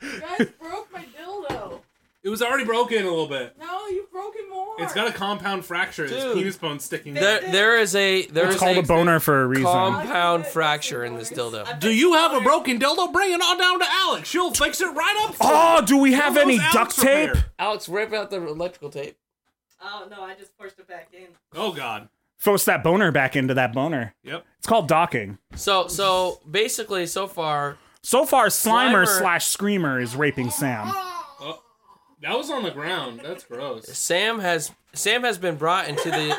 You guys broke my dildo. It was already broken a little bit. No, you broke it more. It's got a compound fracture. This Dude. penis bone sticking. There, there is a there It's is called a boner for a reason. compound fracture in this dildo. Do you have a broken dildo? Bring it on down to Alex. She'll fix it right up. for Oh, do we you. have Those any Alex duct repair. tape? Alex, rip out the electrical tape. Oh no, I just forced it back in. Oh God. Force that boner back into that boner. Yep. It's called docking. So so basically, so far So far, Slimer, Slimer- slash Screamer is raping Sam. Oh, that was on the ground. That's gross. Sam has Sam has been brought into the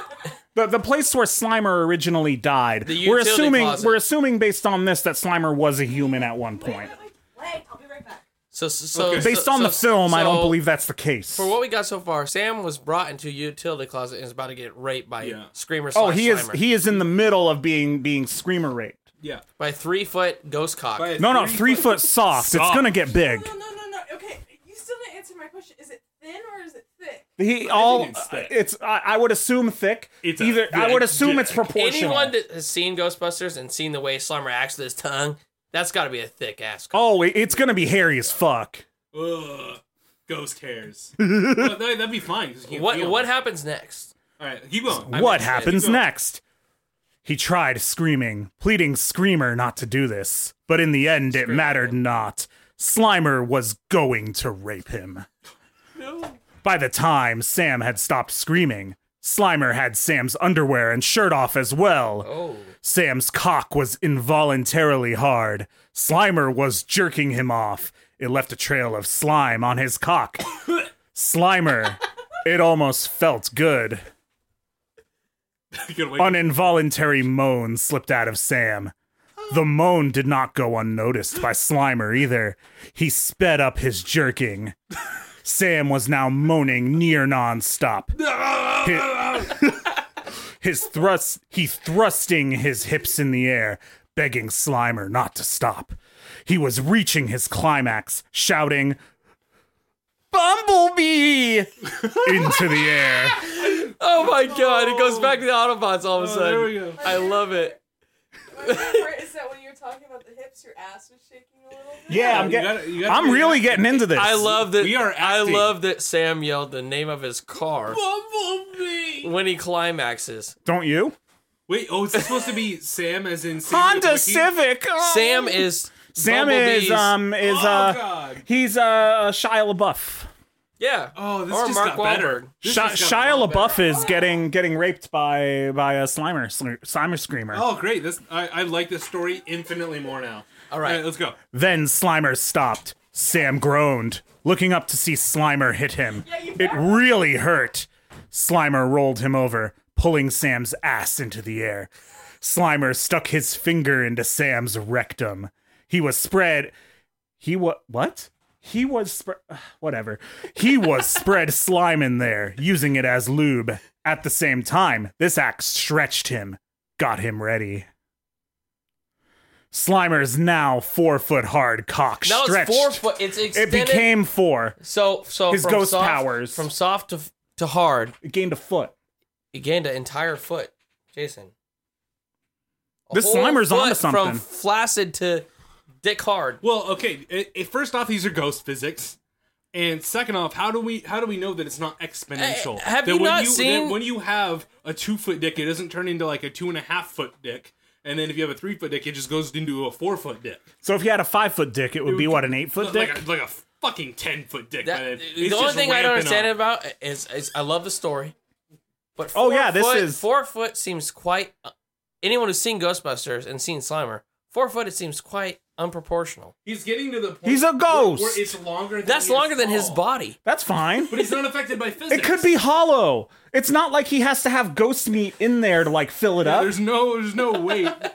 The, the place where Slimer originally died. The we're utility assuming closet. we're assuming based on this that Slimer was a human at one point. Wait, I'll be right back. so so Okay. so- Based on so- the film, I don't so believe that's the case. For what we got so far, Sam was brought into utility closet and is about to get raped by Yeah. Screamer. oh, slash he is Slimer. he is in the middle of being being Screamer raped. Yeah. by three foot ghost cock. By a No, no, three foot soft. It's Soft. gonna get big. No, no, no, no, no. Okay, you still didn't answer my question. Is it thin or is it thick? He all uh, it's thick. it's I, I would assume thick. It's a Either I would thick assume it's dick. proportional. Anyone that has seen Ghostbusters and seen the way Slimer acts with his tongue, that's got to be a thick ass. cock. Oh, it- it's gonna be hairy as fuck. Ugh. Ghost hairs. Well, that- that'd be fine. 'cause you can't what feel what it. happens next? All right, keep going. what excited. happens Keep going. next? He tried screaming, pleading Screamer not to do this, but in the end it mattered not. Slimer was going to rape him. By the time Sam had stopped screaming, Slimer had Sam's underwear and shirt off as well. Oh, Sam's cock was involuntarily hard. Slimer was jerking him off. It left a trail of slime on his cock. Slimer, it almost felt good. Good way. An involuntary moan slipped out of Sam. The moan did not go unnoticed by Slimer either. He sped up his jerking. Sam was now moaning near nonstop. Oh, Hi- his thrust he thrusting his hips in the air, begging Slimer not to stop. He was reaching his climax, shouting Bumblebee into the air. oh my God! It goes back to the Autobots all of a Oh, sudden. there we go. I love it. My favorite is that when you were talking about the hips, your ass was shaking a little bit. Yeah, I'm You getting. gotta- you gotta I'm be- really getting into this. I love that. We are I acting. love that Sam yelled the name of his car Bumblebee. when he climaxes. Don't you? Wait. Oh, is this supposed to be Sam? As in Sam Honda Wiki? Civic. Oh. Sam is Sam is Bumblebee's- um is Oh uh God. he's uh Shia LaBeouf. yeah. Oh, this or just Mark got better. Wahlberg. This Shi- just got a Shia lot better. LaBeouf is getting getting raped by by a Slimer sl- Slimer screamer. Oh, great. This I, I like this story infinitely more now. All All right. right, let's go. Then Slimer stopped. Sam groaned, looking up to see Slimer hit him. it really hurt. Slimer rolled him over, pulling Sam's ass into the air. Slimer stuck his finger into Sam's rectum. He was spread. He what? What? He was spread. Whatever. He was spread slime in there, using it as lube. At the same time, this act stretched him, got him ready. Slimer's now four foot hard cock No, stretched. it's four foot. It's extended. It became four. so so his from ghost soft, powers. from soft to to hard. It gained a foot. He gained an entire foot, Jason. A This whole Slimer's onto foot something. From flaccid to dick hard. Well, okay. It, it, first off, these are ghost physics, and second off, how do we how do we know that it's not exponential? Uh, have that you when not you, seen- that when you have a two foot dick, it doesn't turn into like a two and a half foot dick, and then if you have a three foot dick, it just goes into a four foot dick, So if you had a five foot dick, it would be what an eight foot dick. like a, like a fucking ten foot dick. That- but it- the it's only just thing I don't ramping understand up. about is, is I love the story, but Oh, four yeah, this foot- is- four foot seems quite. uh, anyone who's seen Ghostbusters and seen Slimer, four foot it seems quite unproportional. He's getting to the point. He's a ghost. Where, where it's longer. Than That's his longer than his ball. body. That's fine. But he's not affected by physics. It could be hollow. It's not like he has to have ghost meat in there to like fill it Yeah, up. There's no, there's no weight. Can't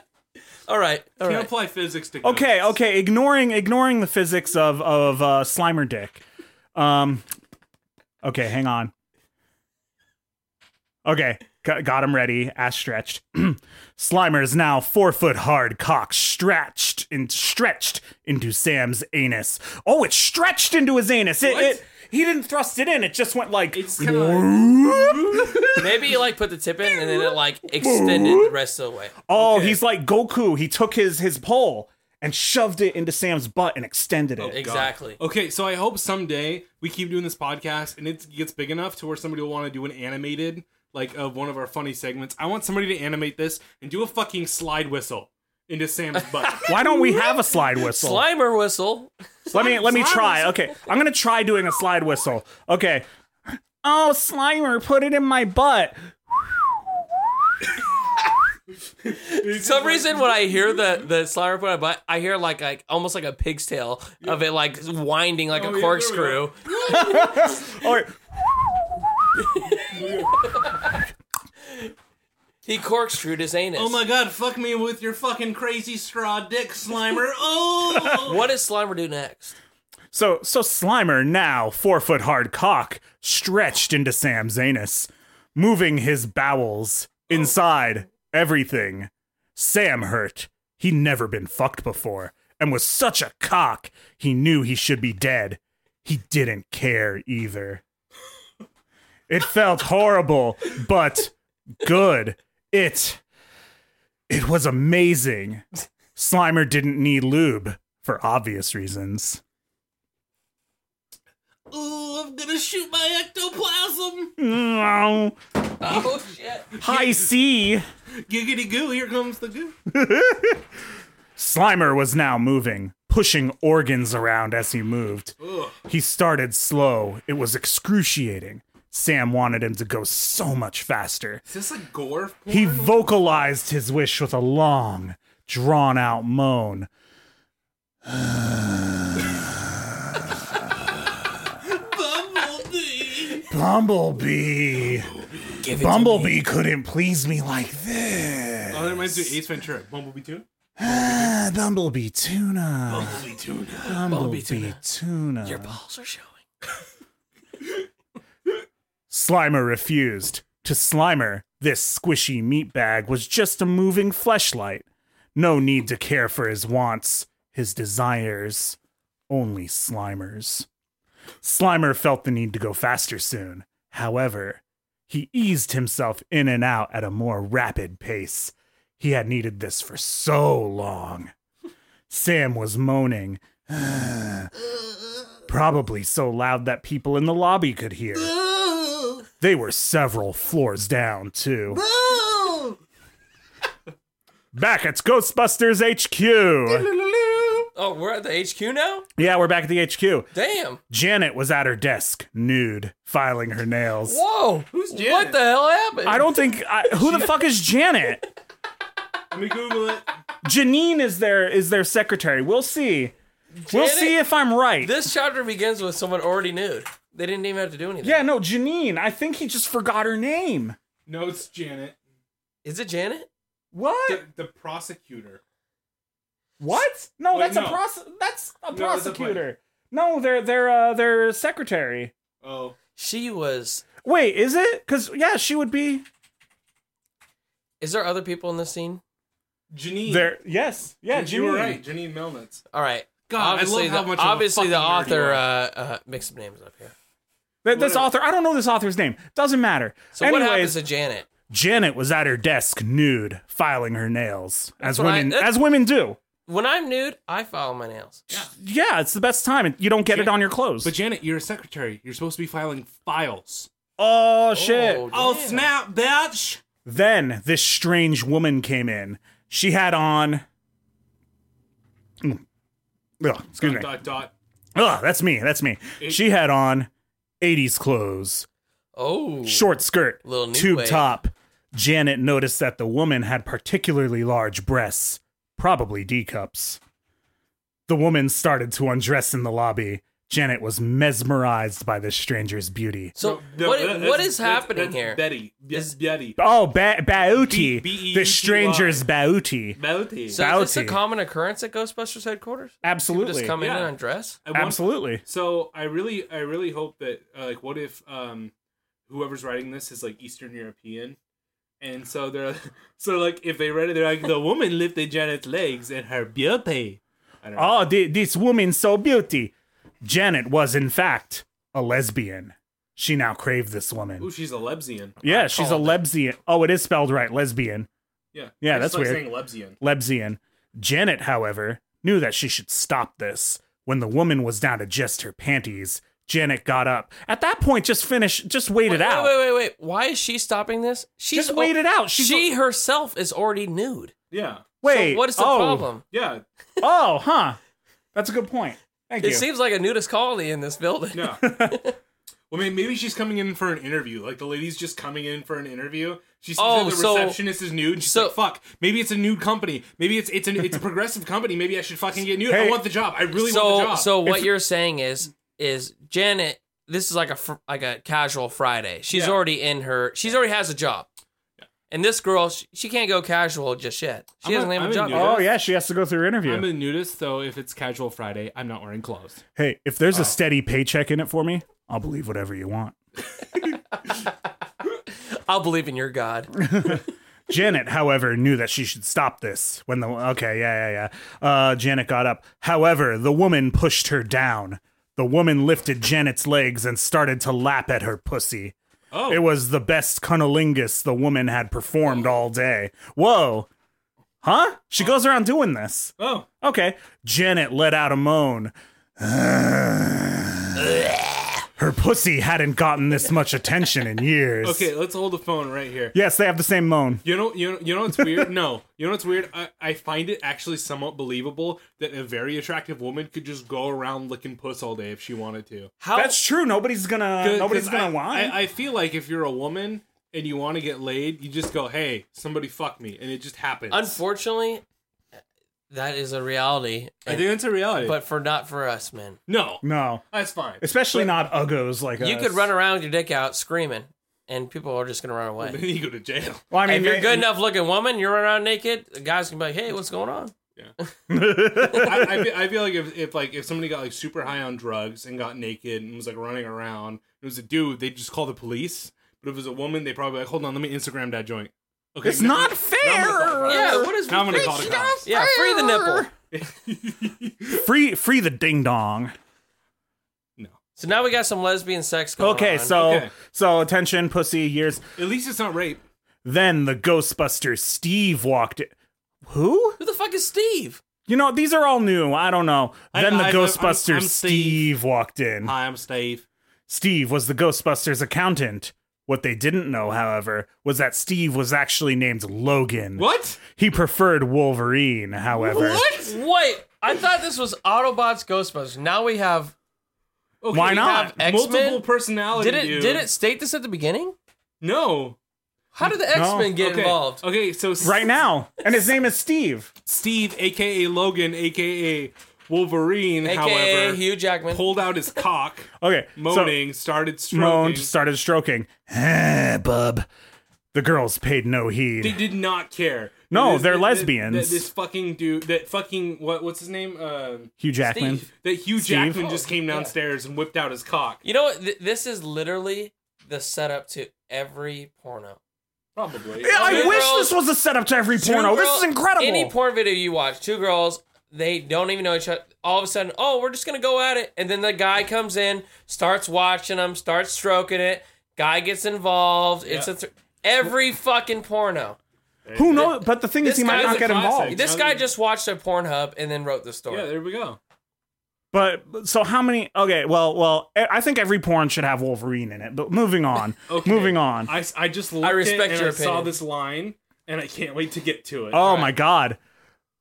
All right, all right. apply physics to. Ghosts. Okay, okay, ignoring ignoring the physics of of uh, Slimer Dick. Um, okay, hang on. Okay, G- got him ready, ass stretched. Slimer is now four foot hard, cock stretched and stretched into Sam's anus. Oh, it stretched into his anus. It, What? it he didn't thrust it in. It just went like. It's kinda like- whoop. Maybe you like put the tip in and then it like extended the rest of the way. oh, Okay. he's like Goku. He took his his pole and shoved it into Sam's butt and extended Oh, it. Exactly. Okay, so I hope someday we keep doing this podcast and it gets big enough to where somebody will want to do an animated like of one of our funny segments. I want somebody to animate this and do a fucking slide whistle into Sam's butt. Why don't we have a slide whistle? Slimer whistle. let me let me slide try. whistle. Okay, I'm gonna try doing a slide whistle. Okay. Oh, Slimer, put it in my butt. For some reason when I hear the the Slimer put on butt, I hear like like almost like a pig's tail of it like winding like Oh, yeah, there a we corkscrew. All right. He corkscrewed his anus. oh my god, fuck me with your fucking crazy straw dick, Slimer. Oh, What does Slimer do next? So so Slimer now four foot hard cock stretched into Sam's anus, moving his bowels inside everything. Sam hurt. He'd never been fucked before, and was such a cock. He knew he should be dead. He didn't care either. It felt horrible, but good. It it was amazing. Slimer didn't need lube for obvious reasons. Ooh, I'm gonna shoot my ectoplasm. No. Oh shit. High C. Giggity goo, here comes the goo. Slimer was now moving, pushing organs around as he moved. Ugh. He started slow. It was excruciating. Sam wanted him to go so much faster. Is this like gore? Porn? He vocalized his wish with a long, drawn out moan. Bumblebee. Bumblebee. Give it to me. Bumblebee couldn't please me like this. Oh, that reminds me of Ace Ventura. Bumblebee too. Ah, Bumblebee tuna. Bumblebee tuna. Bumblebee, tuna. tuna. Your balls are showing. Slimer refused. To Slimer, this squishy meat bag was just a moving fleshlight. No need to care for his wants, his desires, only Slimer's. Slimer felt the need to go faster soon. However, he eased himself in and out at a more rapid pace. He had needed this for so long. Sam was moaning, probably so loud that people in the lobby could hear. They were several floors down, too. Back at Ghostbusters HQ. Oh, we're at the HQ now? Yeah, we're back at the HQ. Damn. Janet was at her desk, nude, filing her nails. Whoa. Who's What Janet? the hell happened? I don't think I, who the fuck is Janet? Let me Google it. Janine is their is their secretary. We'll see. We'll Janet- see if I'm right. This chapter begins with someone already nude. They didn't even have to do anything. yeah, no, Janine. I think he just forgot her name. No, it's Janet. Is it Janet? What? The, the prosecutor. What? No, Wait, that's a no. pros- that's a No, that's a player. prosecutor. No, they're they're uh, their secretary. Oh. She was. Wait, is it? Because yeah, she would be Is there other people in this scene? Janine. there. Yes, yeah, You were Janine. right. Janine Melnitz. All right. God, I love how the, much of a obviously the fucking nerd you author are. uh, uh, mixed some names up here. Th- this Whatever. author, I don't know this author's name. Doesn't matter. So Anyways, what happens to Janet? Janet was at her desk, nude, filing her nails, as what I- women that's- as women do. When I'm nude, I file my nails. Yeah, it's the best time. You don't get it on your clothes. But Janet, you're a secretary. You're supposed to be filing files. oh shit! damn. bitch! Then this strange woman came in. She had on. Mm. Ugh, excuse me. Dot dot. Ugh, that's me. That's me. It- She had on 80s clothes. Oh. short skirt, Little nude tube wave. top. Janet noticed that the woman had particularly large breasts, probably D cups. The woman started to undress in the lobby. Janet was mesmerized by this stranger's beauty. So No, what, that- what that's- is that's- happening that's here? Betty. Yes, Betty. Oh, ba- B- Bauti. B-E-U-T-Y. the stranger's Bauti. Betty. so is this a Bounty. common occurrence at Ghostbusters headquarters? People Absolutely. just come in Yeah. and undress? I want- Absolutely. So I really, I really hope that, uh, like, what if um, whoever's writing this is like Eastern European, And so they're so like if they read it, they're like the woman lifted Janet's legs and her beauty. I don't know. Oh, thi- this woman so beauty. Janet was in fact a lesbian. She now craved this woman. Ooh, she's a Lebsian. yeah, she's a lesbian. Oh, it is spelled right, lesbian. Yeah. Yeah, It's that's like weird. saying Lebsian. Lebsian. Janet, however, knew that she should stop this. When the woman was down to just her panties, Janet got up. At that point, just finish, just wait Wait, it out. wait, wait, wait. Why is she stopping this? She's Just wait it out. She's- she herself is already nude. Yeah. Wait, so what is the oh, problem? Yeah. Oh, huh. That's a good point. Thank It you. seems like a nudist colony in this building. No. Well, I mean, maybe she's coming in for an interview. Like the lady's just coming in for an interview. She sees Oh, that the so- receptionist is nude. And she's so- like, "Fuck, maybe it's a nude company. Maybe it's it's a it's a progressive company. Maybe I should fucking get nude. Hey. I want the job. I really want the so job." so what If- you're saying is is Janet this is like a fr- like a casual Friday. She's Yeah. already in her. She's already has a job. And this girl, she, she can't go casual just yet. She I'm doesn't a- have a I'm a job. nudist. oh, yeah, she has to go through her interview. I'm a nudist, so if it's casual Friday, I'm not wearing clothes. hey, if Oh. there's a steady paycheck in it for me, I'll believe whatever you want. I'll believe in your God. Janet, however, knew that she should stop this when the okay, yeah, yeah, yeah. Uh, Janet got up. However, the woman pushed her down. The woman lifted Janet's legs and started to lap at her pussy. Oh. It was the best cunnilingus the woman had performed all day. Whoa. Huh? She goes around doing this. Oh. Okay. Janet let out a moan. Her pussy hadn't gotten this much attention in years. Okay, let's hold the phone right here. Yes, they have the same moan. You know, you know, you know what's weird? No, you know what's weird? I, I find it actually somewhat believable that a very attractive woman could just go around licking puss all day if she wanted to. How That's true. Nobody's gonna. 'Cause- Uh, Nobody's 'cause gonna I, whine. I, I feel like if you're a woman and you want to get laid, you just go, "Hey, somebody fuck me," and it just happens. unfortunately that is a reality. I think that's a reality. but for not for us, man. no, no, that's fine. especially not uggos like You us. could run around with your dick out screaming, and people are just gonna run away. Then you go to jail. Well, I if you're a they- good enough looking woman, you're running around naked. The guys can be like, "Hey, what's going on?" I, I, feel, I feel like if, if like if somebody got like super high on drugs and got naked and was like running around, it was a dude, they'd just call the police. But if it was a woman, they probably like, hold on, let me Instagram that joint. Okay, It's now- not call fair. the Yeah, what is? Now I'm gonna call the cops. Yeah, free the nipple. Free, free the ding dong. So now we got some lesbian sex going Okay, on. so Okay. so attention, pussy years. At least it's not rape. Then the Ghostbuster Steve walked. i- Who? who the fuck is Steve? You know, these are all new. I don't know. I- then the I- I'm- Ghostbuster I'm Steve. Steve. walked in. Hi, I'm Steve. Steve was the Ghostbusters accountant. What they didn't know, however, was that Steve was actually named Logan. What? He preferred Wolverine, however. Wait, I thought this was Autobots Ghostbusters. Now we have. Okay, Why we not? have Multiple X-Men? personality. Did it? dude. Did it state this at the beginning? No. How did the X Men get okay. involved? Okay, so S- Right now. And his name is Steve. Steve, aka Logan, aka Wolverine, AKA however, Hugh Jackman. pulled out his cock, Okay. so- moaning, started stroking. moaned, started stroking. Eh, bub. The girls paid no heed. They did not care. No, they're that- lesbians. That, this fucking dude, that fucking what? What's his name? Um, Hugh Jackman. Steve. that Hugh Steve? Jackman Oh, just came downstairs and whipped out his cock. you know what? Th- this is literally the setup to every porno. Probably. Yeah, I Two wish girls- this was a setup to every porno. Oh, Two this girl- is incredible. Any porn video you watch, two girls, they don't even know each other. All of a sudden, oh, we're just gonna go at it, and then the guy comes in, starts watching them, starts stroking it. Guy gets involved. It's a th- every fucking porno. Who knows? But the thing is, This he might guy's not a get classic. involved. This guy just watched a Pornhub and then wrote the story. Yeah, there we go. But so how many? Okay, well, well, I I think every porn should have Wolverine in it. But moving on, Okay. moving on. I, I just looked I respect and your I saw opinion. this line and I can't wait to get to it. oh my god!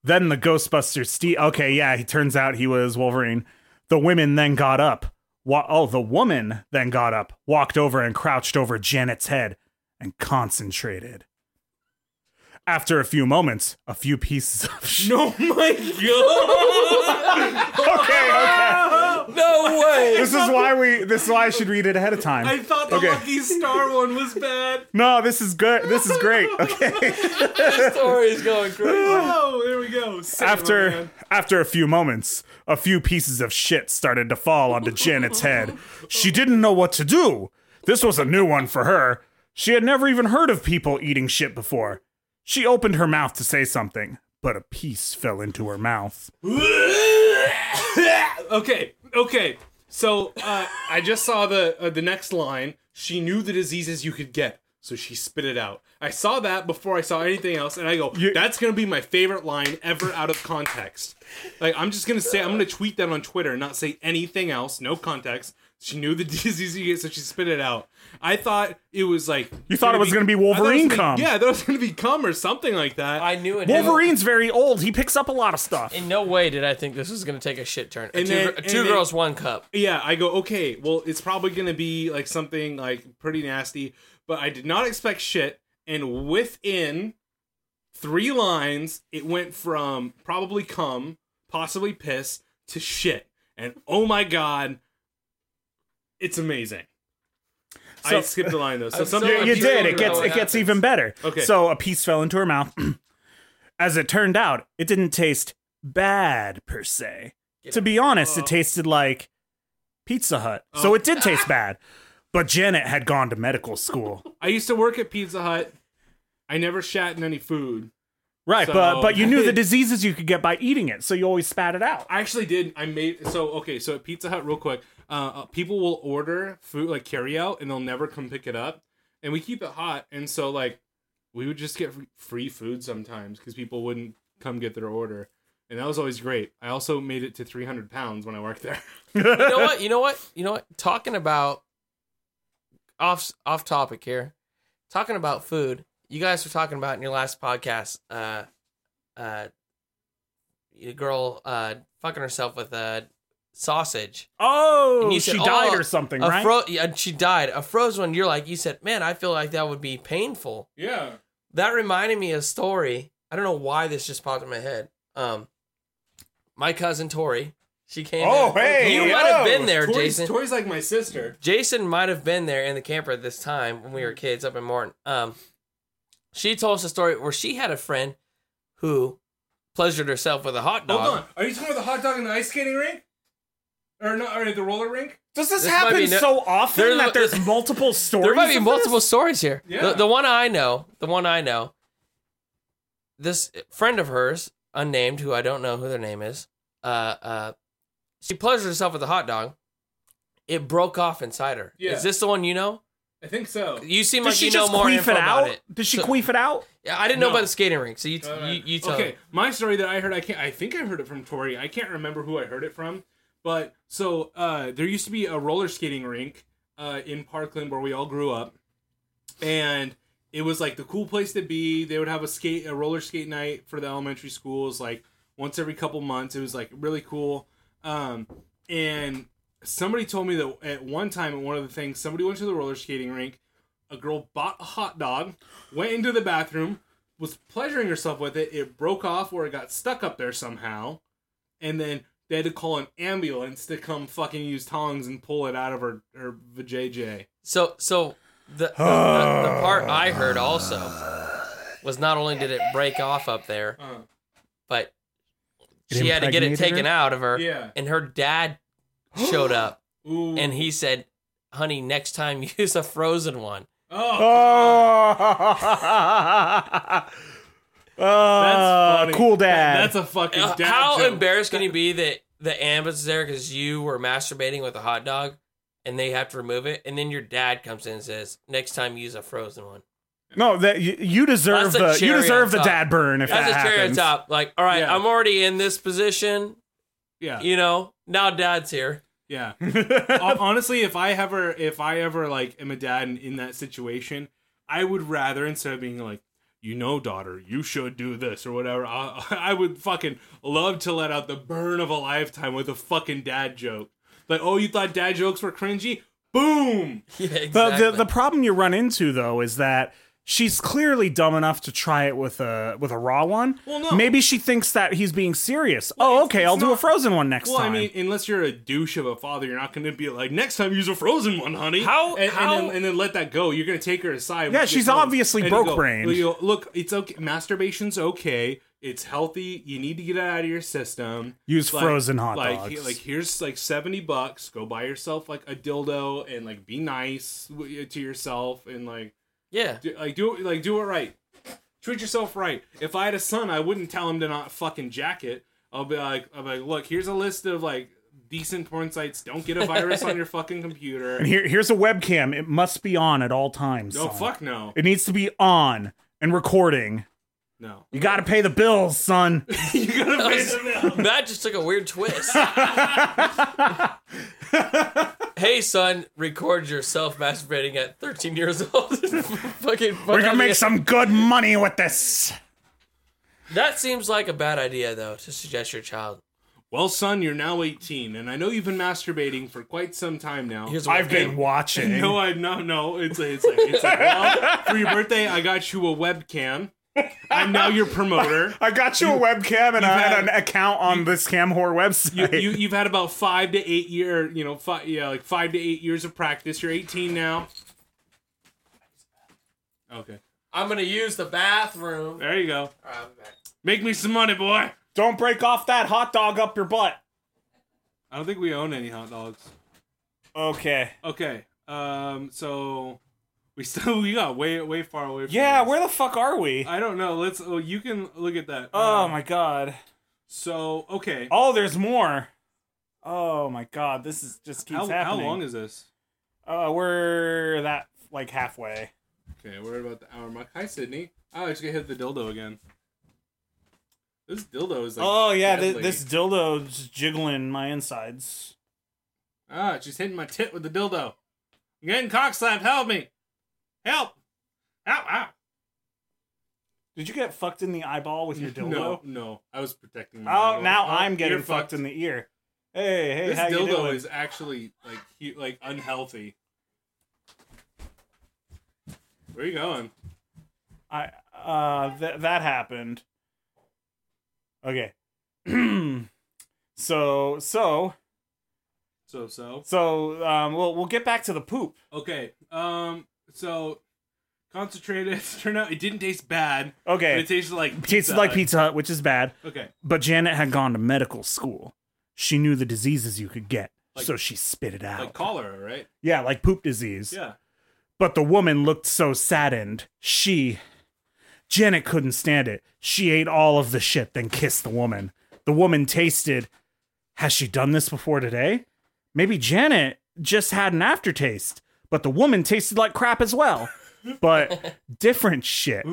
Then the Ghostbusters. Steve. Okay, yeah. He turns out he was Wolverine. The women then got up. Wa- oh, the woman then got up, walked over and crouched over Janet's head, and concentrated. After a few moments, a few pieces of sh- Oh my god! okay, okay. No way. This is why we. This is why I should read it ahead of time. I thought the Okay. Lucky Star one was bad. no, this is good. This is great. Okay. this story is going crazy. Oh, there we go. Sam, my After man. after a few moments, a few pieces of shit started to fall onto Janet's head. She didn't know what to do. This was a new one for her. She had never even heard of people eating shit before. She opened her mouth to say something, but a piece fell into her mouth. okay, okay. So uh, I just saw the uh, the next line. She knew the diseases you could get, so she spit it out. I saw that before I saw anything else, and I go, You- "That's gonna be my favorite line ever out of context." Like I'm just gonna say, I'm gonna tweet that on Twitter, and not say anything else, no context. She knew the diseases you get, so she spit it out. I thought it was like You thought it was gonna be Wolverine cum. Come, Yeah, I thought it was gonna be cum or something like that. I knew it. Wolverine's very old. He picks up a lot of stuff. In no way did I think this was going to take a shit turn. A And two then- gr- a and two then- girls, one cup. yeah, I go, okay, well, it's probably going to be like something like pretty nasty, but I did not expect shit. And within three lines, it went from probably cum, possibly piss, to shit. And oh my God, it's amazing. I So- skipped a line though. So I'm so something Yeah, you you did. don't It know gets what it gets happens. even better. Okay. So a piece fell into her mouth. As it turned out, it didn't taste bad per se. to be honest, Oh. it tasted like Pizza Hut. So Oh. it did taste bad. But Janet had gone to medical school. I used to work at Pizza Hut. I never shat in any food. Right, So- but but you knew the diseases you could get by eating it, so you always spat it out. I actually did. I made so okay. So at Pizza Hut, real quick, uh, uh, people will order food like carry out, and they'll never come pick it up. And we keep it hot, and so like we would just get fr- free food sometimes because people wouldn't come get their order, and that was always great. I also made it to three hundred pounds when I worked there. You know what? You know what? You know what? Talking about off off topic here. Talking about food. You guys were talking about in your last podcast. Uh, uh, your girl uh fucking herself with a sausage. Oh, And you she said, died "Oh, or something, a right? fro- yeah, she died. A frozen one. You're like you said, man. I feel like that would be painful. Yeah. That reminded me of a story. I don't know why this just popped in my head. Um, my cousin Tori, she came. Oh, in. hey, you might have yo. been there, Tori's, Jason. Tori's like my sister. Jason might have been there in the camper at this time when we Mm-hmm. were kids up in Morton. Um, she told us a story where she had a friend who pleasured herself with a hot dog. Hold on. Are you talking about the hot dog in the ice skating rink, or not? Or the roller rink? Does this, This might happen be no- so often There- that there's multiple stories? There might be of multiple This? stories here. Yeah. The, the one I know, the one I know, this friend of hers, unnamed, who I don't know who their name is, uh, uh, she pleasured herself with a hot dog. It broke off inside her. Yeah. Is this the one you know? I think so. You seem Did like she you know just more queef info it about out? it. Did she So- queef it out? Yeah, I didn't know No. about the skating rink, so you Alright. you, you tell okay me. my story that i heard i can't i think i heard it from tori i can't remember who i heard it from but so uh there used to be a roller skating rink uh in parkland where we all grew up and it was like the cool place to be they would have a skate a roller skate night for the elementary schools like once every couple months it was like really cool um and somebody told me that at one time at one of the things somebody went to the roller skating rink a girl bought a hot dog went into the bathroom was pleasuring herself with it. It broke off or it got stuck up there somehow, and then they had to call an ambulance to come fucking use tongs and pull it out of her her vajayjay. So so the, the, the the part I heard also was not only did it break off up there, Uh, but It she had to get it impregnated taken her? out of her. Yeah. And her dad showed up Ooh. and he said, "Honey, next time use a frozen one." oh, Oh, that's funny. Ah, cool dad. That- that's a fucking Uh, Uh, dad How joke. embarrassed can you be that the ambulance is there because you were masturbating with a hot dog? And they have to remove it, and then your dad comes in and says, "Next time, use a frozen one." no, that you, you deserve That's a the you cherry deserve on the top. dad burn if That's that a cherry on happens. top. Like, all right, Yeah. I'm already in this position. Yeah, You know, now dad's here. yeah. Hon- Honestly, if I ever if I ever like am a dad and in that situation, I would rather instead of being like. You know, daughter, you should do this or whatever. I, I would fucking love to let out the burn of a lifetime with a fucking dad joke. Like, oh, you thought dad jokes were cringy? Boom! Yeah, the, exactly. the the problem you run into though is that she's clearly dumb enough to try it with a with a raw one. Well, no. Maybe she thinks that he's being serious. Well, oh, it's- okay, it's I'll do a not- frozen one next Well, I time. mean, unless you're a douche of a father, you're not going to be like, next time use a frozen one, honey. How- And, how- And, then, and then let that go. You're going to take her aside. Yeah, when she she's gets home obviously and you go, broke-brained. "Well, you- Look, it's okay. Masturbation's okay. It's healthy. You need to get it out of your system. Use frozen hot like, dogs. he- Like here's like seventy bucks. Go buy yourself like a dildo and like be nice w- to yourself and like Yeah. Do, like do it like do it right. Treat yourself right. If I had a son, I wouldn't tell him to not fucking jack it. I'll be like, I'll be like, look, here's a list of like decent porn sites. Don't get a virus on your fucking computer. And here, here's a webcam. It must be on at all times. No, son. fuck no, It needs to be on and recording. no. You got to pay the bills, son. you gotta pay the bill. Matt just took a weird twist. hey, son, record yourself masturbating at 13 years old. Fucking. We're gonna make some good money with this. That seems like a bad idea, though, to suggest your child. Well, son, you're now 18, and I know you've been masturbating for quite some time now. Here's what I've been watching. no, I no no. It's like, it's like, it's like well, for your birthday, I got you a webcam. I'm now your promoter. I got you a webcam and I had, had- an account on this cam whore You, website. you you've had about five to eight year, you know, five yeah, like five to eight years of practice. You're 18 now. Okay, I'm gonna use the bathroom. there you go. All right, I'm back. Make me some money, boy. Don't break off that hot dog up your butt. I don't think we own any hot dogs. Okay. Okay, um, so we still we got way way far away. From Yeah, this. where the fuck are we? I don't know. Let's. Oh, you can look at that. Oh Um, my god. So okay. Oh, there's more. Oh my god, this is just keeps How, how happening. long is this? Uh, we're that like halfway. Okay, we're about the hour mark. Hi, Sydney. Oh, I just got hit with the dildo again. This dildo is like. oh yeah, deadly. th- this dildo's jiggling my insides. Ah, she's hitting my tit with the dildo. I'm getting cock slapped. Help me. Help. Ow, ow. Did you get fucked in the eyeball with your dildo? No, no. I was protecting my Oh, dildo. now Oh, I'm getting you're fucked in the ear. Hey, hey, This how you dildo doing? is actually like hu- like unhealthy. Where are you going? I uh th- that happened. Okay. so so So so. so um we'll we'll get back to the poop. Okay. Um. So, concentrated. Turned out it didn't taste bad. But Okay. it tasted like Tasted like Hut. Pizza Hut, which is bad. Okay. But Janet had gone to medical school. She knew the diseases you could get, Like- so she spit it out. Like cholera, right? yeah, like poop disease. Yeah. But the woman looked so saddened. She Janet couldn't stand it. She ate all of the shit, then kissed the woman. The woman tasted. Has she done this before today? Maybe Janet just had an aftertaste, but the woman tasted like crap as well. But different shit.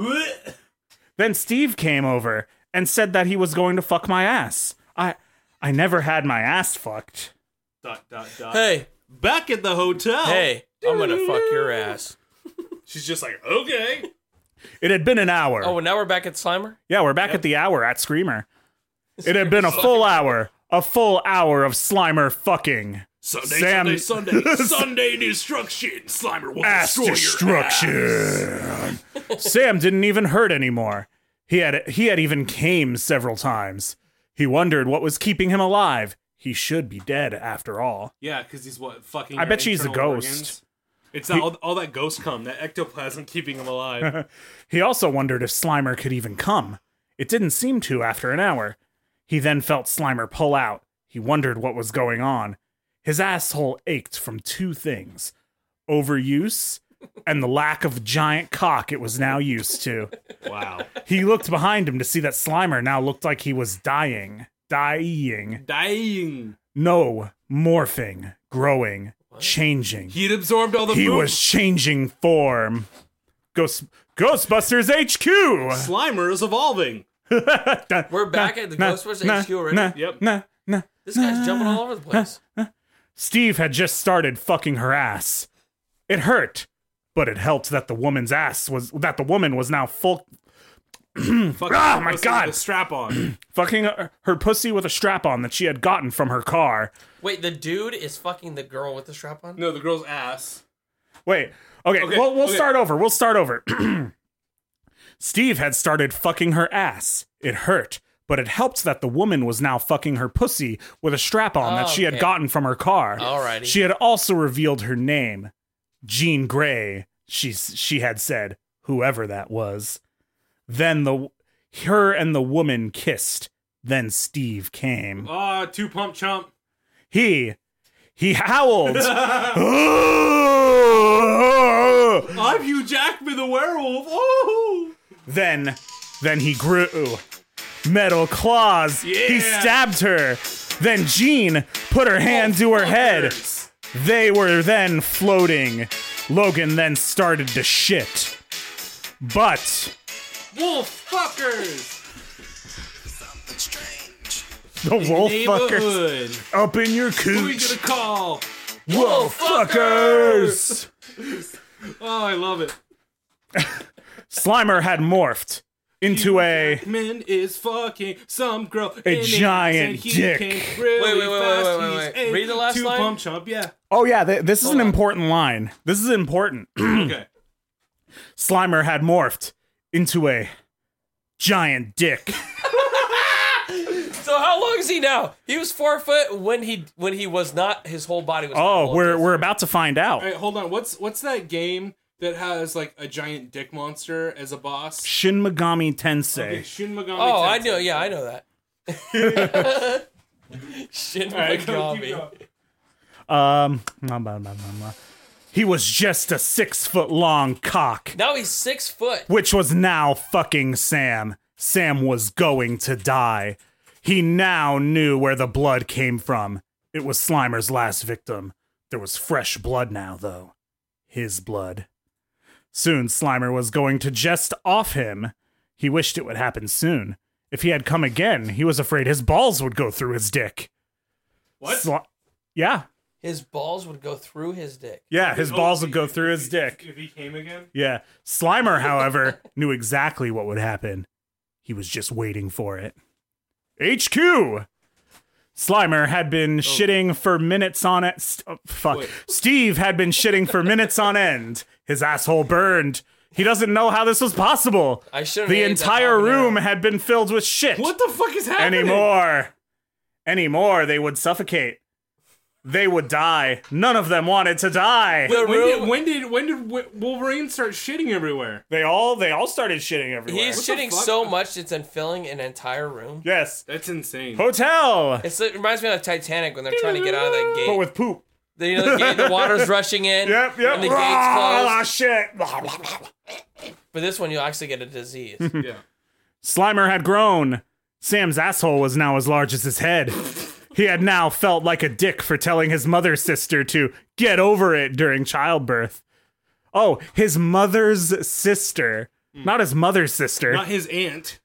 Then Steve came over and said that he was going to fuck my ass. I I never had my ass fucked. Dot dot dot. Hey, Back at the Oh, hotel. hey, I'm gonna fuck your ass. She's just like, okay. It had been an hour. Oh, and now we're back at Slimer. Yeah, we're back at the hour at Screamer. It had been a full hour, a full hour of Slimer fucking Sunday, Sam- Sunday, Sunday, Sunday destruction. Slimer will ass destroy your ass. destruction. Sam didn't even hurt anymore. He had he had even came several times. He wondered what was keeping him alive. He should be dead after all. Yeah, because he's what fucking. I your bet she's a internal ghost. organs. It's that, all, all that ghost cum, that ectoplasm keeping him alive. He also wondered if Slimer could even come. It didn't seem to after an hour. He then felt Slimer pull out. He wondered what was going on. His asshole ached from two things overuse and the lack of giant cock it was now used to. wow. He looked behind him to see that Slimer now looked like he was dying. Dying. Dying. No, morphing, growing, changing. He'd absorbed all the He poop. was changing form. Ghost, Ghostbusters HQ! Slimer is evolving. We're back at the Ghostbusters HQ already? Yep. Nah, nah. This guy's jumping all over the place. Steve had just started fucking her ass. It hurt, but it helped that the woman's ass was that the woman was now full Fuck, Ah, my pussy with God. a Strap on. fucking her, her pussy with a strap on that she had gotten from her car. Wait, the dude is fucking the girl with the strap on? no, the girl's ass. Wait. Okay, Okay, we'll, we'll okay. start over. We'll start over. Steve had started fucking her ass. It hurt, but it helped that the woman was now fucking her pussy with a strap on that she had Okay. gotten from her car. Alrighty. She had also revealed her name, Jean Grey. She she had said whoever that was. Then the her and the woman kissed. Then Steve came. Ah, two pump chump. He he howled. I'm Hugh Jackman, the werewolf. Oh, Then, then he grew. Metal claws. He Yeah. stabbed her. Then Jean put her hand to her head. Fuckers. They were then floating. Logan then started to shit. But Wolf fuckers. the wolf fuckers Neighborhood. up in your Who are you gonna cooch. call? Wolf fuckers! Oh, I love it. Slimer had morphed into a. Man is fucking some girl. A in it, giant and he dick. came Really Wait, wait, wait, fast. wait, wait, He's wait. a Read the last two line. pump chump. Yeah. Oh, yeah, th- this is an on. important line. This is important. Okay. Slimer had morphed into a giant dick. So how long is he now? He was four foot when he when he was not. His whole body was. Oh, full of we're, this. we're about to find out. All right, hold on. What's what's that game that has like a giant dick monster as a boss? Shin Megami Tensei. Okay, Shin Megami. Oh, I Tensei. know. Yeah, I know that. Shin All right, go, keep Megami. going. Um, blah, blah, blah, blah, blah. he was just a six foot long cock, Now he's six foot. which was now fucking Sam. Sam was going to die. He now knew where the blood came from. It was Slimer's last victim. There was fresh blood now, though. His blood. Soon, Slimer was going to jest off him. He wished it would happen soon. If he had come again, he was afraid his balls would go through his dick. What? Sli- yeah, Oh, His balls would go through his dick. yeah, his balls would go through his dick. If Oh, he came again. Yeah. Slimer, however, knew exactly what would happen. He was just waiting for it. HQ! Slimer had been Oh. shitting for minutes on it. St- oh, fuck. Steve had been shitting for minutes on end. His asshole burned. He doesn't know how this was possible. I shouldn't The have ate that entire habanero. room had been filled with shit What the fuck is happening? anymore. Anymore, they would suffocate. They would die. None of them wanted to die. The When did, room- when did when did Wi- Wolverine start shitting everywhere? They all they all started shitting everywhere. He's the shitting fuck? so much it's unfilling an entire room. yes. That's insane. Hotel. It's, it reminds me of Titanic when they're trying to get out of that gate. But with poop. the, you know, the, gate, the water's rushing in. Yep, yep. And the gate's Ah, closed. shit. Blah, blah, blah, blah. But this one, you'll actually get a disease. yeah. Slimer had grown. Sam's asshole was now as large as his head. He had now felt like a dick for telling his mother sister to get over it during childbirth. Oh, his mother's sister. Not his mother's sister. Not his aunt.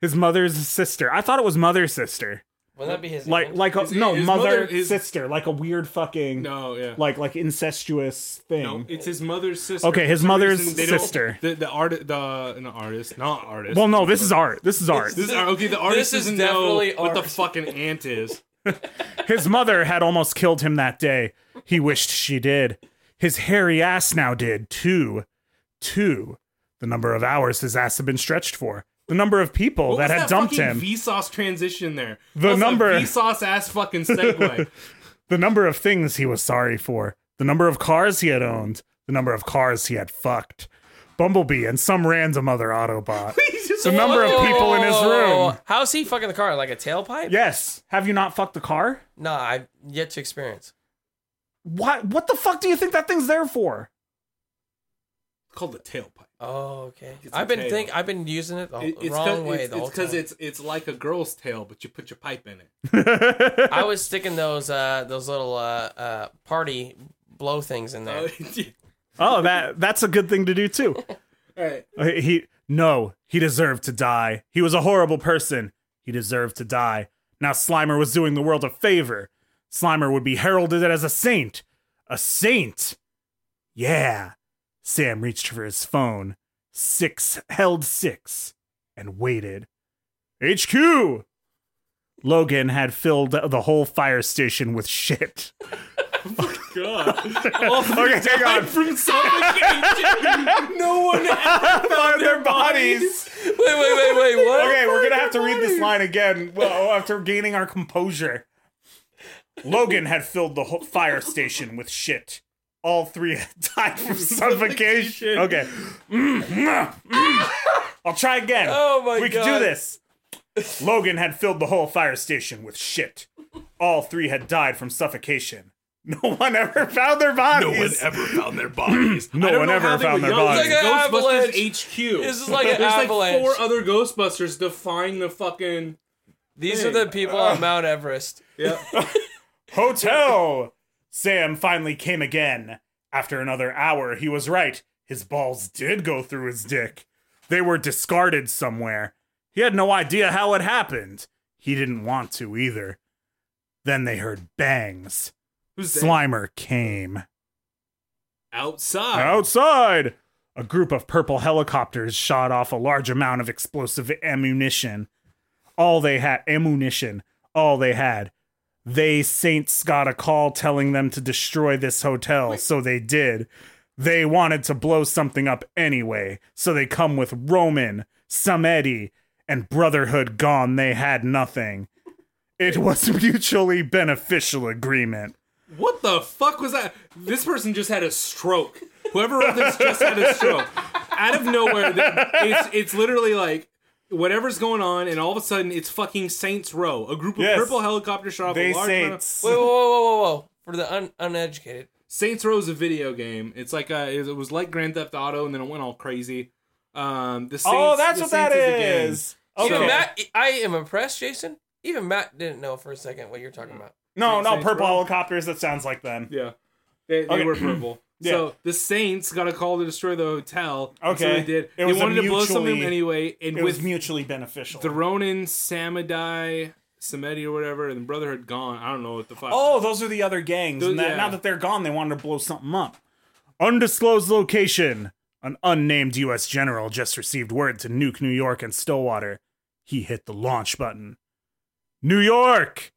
his mother's sister. I thought it was mother's sister. Wouldn't that be his Like name? like a, His- no, his mother, mother is- sister, like a weird fucking No. Yeah. like like incestuous thing. No, it's his mother's sister. Okay, his For some mother's reason, they don't- sister. The, the art, the no, artist, not artist. Well, no, this is art. This is art. this is okay. The artist is doesn't definitely know what the art. fucking ant is. His mother had almost killed him that day. He wished she did. His hairy ass now did, too. Two. The number of hours his ass had been stretched for. The number of people What that was had that dumped fucking him. Vsauce transition there. The That was a number- Vsauce ass fucking segue. the number of things he was sorry for. The number of cars he had owned. The number of cars he had fucked. Bumblebee and some random other Autobot. the number of people in his room. How's he fucking the car? Like a tailpipe? Yes. Have you not fucked the car? Nah, I've yet to experience. What, what the fuck do you think that thing's there for? called the tailpipe. Oh, okay. It's a I've been tail. think I've been using it the It- it's wrong 'cause- way It's the whole because time. it's, it's like a girl's tail, but you put your pipe in it. I was sticking those uh those little uh uh party blow things in there. Oh, that that's a good thing to do too. All right. Uh, He no, he deserved to die. He was a horrible person. He deserved to die. Now Slimer was doing the world a favor. Slimer would be heralded as a saint. A saint. Yeah. Sam reached for his phone. Six held six and waited. HQ. Logan had filled the whole fire station with shit. God. okay, hang on. From suffocation. no one Found their bodies. Wait, wait, wait, wait. What? Oh Okay, we're gonna have to read this line again. Well, oh, after gaining our composure, Logan had filled the whole fire station with shit. All three had died from suffocation. Okay, Mm, mm, mm. I'll try again. Oh my we can God. do this. Logan had filled the whole fire station with shit. All three had died from suffocation. No one ever found their bodies. ever found their bodies. No I don't one know ever how they found were their young. bodies. It's like an avalanche. Ghostbusters HQ. This is like an There's avalanche. like four other Ghostbusters defying the fucking. These Hey. are the people on Mount Everest. Yeah. Hotel! Sam finally came again. After another hour, he was right. His balls did go through his dick. They were discarded somewhere. He had no idea how it happened. He didn't want to either. Then they heard bangs. Who's that? Slimer came. Outside. Outside! A group of purple helicopters shot off a large amount of explosive ammunition. All they had ammunition. All they had. They saints got a call telling them to destroy this hotel, so they did. They wanted to blow something up anyway, so they come with Roman, Samedi, and Brotherhood gone. They had nothing. It was mutually beneficial agreement. What the fuck was that? This person just had a stroke. Whoever wrote this just had a stroke. Out of nowhere, th- it's it's literally like whatever's going on, and all of a sudden it's fucking Saints Row. A group of Yes. purple helicopter shot off They a large amount of- saints. Whoa, whoa, whoa, whoa, whoa! For the un- uneducated, Saints Row is a video game. It's like uh it was like Grand Theft Auto, and then it went all crazy. Um, the Saints, oh, that's the what that Saints a game. is. even Matt, I am impressed, Jason. Even Matt didn't know for a second what you're talking about. No, Saints- no, Saints purple Row. helicopters. That sounds like them. Yeah. They, they Okay. were purple. Yeah. So the Saints got a call to destroy the hotel. and So Okay. they did. It They was a wanted to blow something mutually- anyway. And It was with mutually beneficial. the Ronin, Samadai, Samedi or whatever, and Brotherhood gone. I don't know what the fuck. oh, those are the other gangs. Those- and that, yeah. now that they're gone, they wanted to blow something up. Undisclosed location. An unnamed U.S. general just received word to nuke New York and Stillwater. He hit the launch button. New York!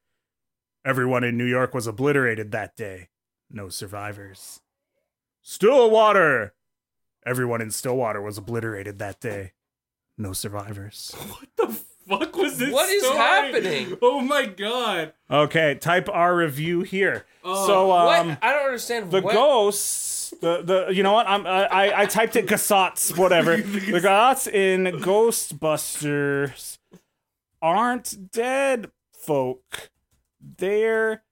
Everyone in New York was obliterated that day. No survivors. Stillwater! Everyone in Stillwater was obliterated that day. No survivors. What the fuck was this? What is story? happening? Oh my god. Okay, type R review here. Oh. so um, what? I don't understand. the what? ghosts, the the you know what? I'm uh, I I typed it Gassots, whatever. the Gassots in Ghostbusters aren't dead folk. They're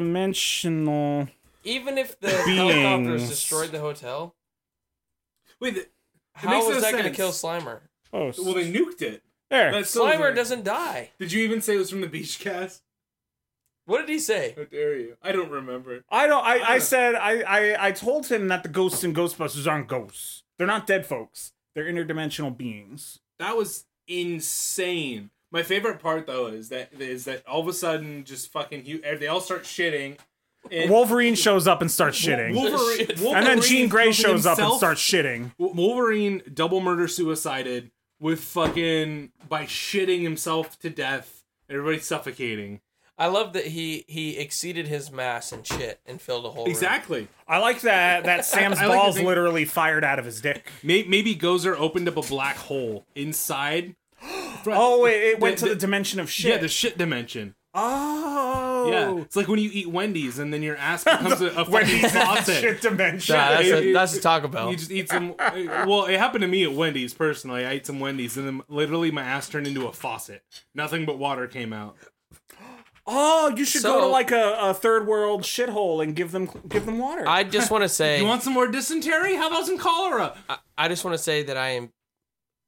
interdimensional. Even if the Beings. helicopters destroyed the hotel, Wait, th- how makes was no that going to sense. kill Slimer? Ghosts. well, they nuked it. there. That's so Slimer weird. doesn't die. Did you even say it was from the beach cast? What did he say? How dare you? I don't remember. I don't. I, I said I, I I told him that the ghosts in Ghostbusters aren't ghosts. They're not dead folks. They're interdimensional beings. That was insane. My favorite part though is that is that all of a sudden just fucking hu- er, they all start shitting. And Wolverine shows up and starts shitting. Wolverine, Shit. Wolverine and then Jean Grey kills shows up and himself. starts shitting. Wolverine double murder suicided with fucking by shitting himself to death. Everybody suffocating. I love that he he exceeded his mass and shit and filled a hole. Exactly. I like that that Sam's I like to balls think- literally fired out of his dick. May- Maybe Gozer opened up a black hole inside. Oh, it, it went The- to the, dimension of shit. Yeah, the shit dimension. oh, Yeah, it's like when you eat Wendy's and then your ass becomes a, a fucking Wendy's closet. shit dimension. Nah, that's It- a it- that's a Taco Bell. You just eat some. Well, it happened to me at Wendy's personally. I ate some Wendy's and then literally my ass turned into a faucet. Nothing but water came out. oh, you should go to So- like a, a third world shithole and give them give them water. I just want to say, You want some more dysentery? How about some cholera? I, I just want to say that I am,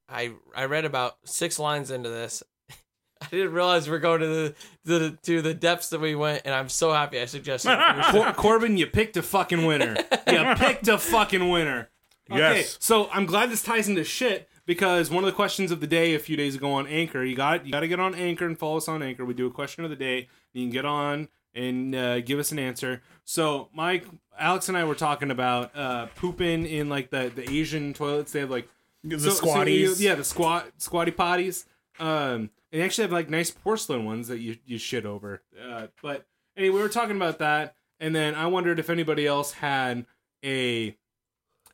I I read about six lines into this. I didn't realize we are going to the, to the to the depths that we went, and I'm so happy I suggested. it. Cor- Corbin, you picked a fucking winner. You picked a fucking winner. Okay, Yes. so I'm glad this ties into shit because one of the questions of the day a few days ago on Anchor, you got you got to get on Anchor and follow us on Anchor. We do a question of the day. You can get on and uh, give us an answer. So Mike, Alex, and I were talking about uh, pooping in like the the Asian toilets. They have like the so- so you- yeah, the squat squatty potties. Um, and they actually have like nice porcelain ones that you you shit over. Uh, but anyway, we were talking about that, and then I wondered if anybody else had a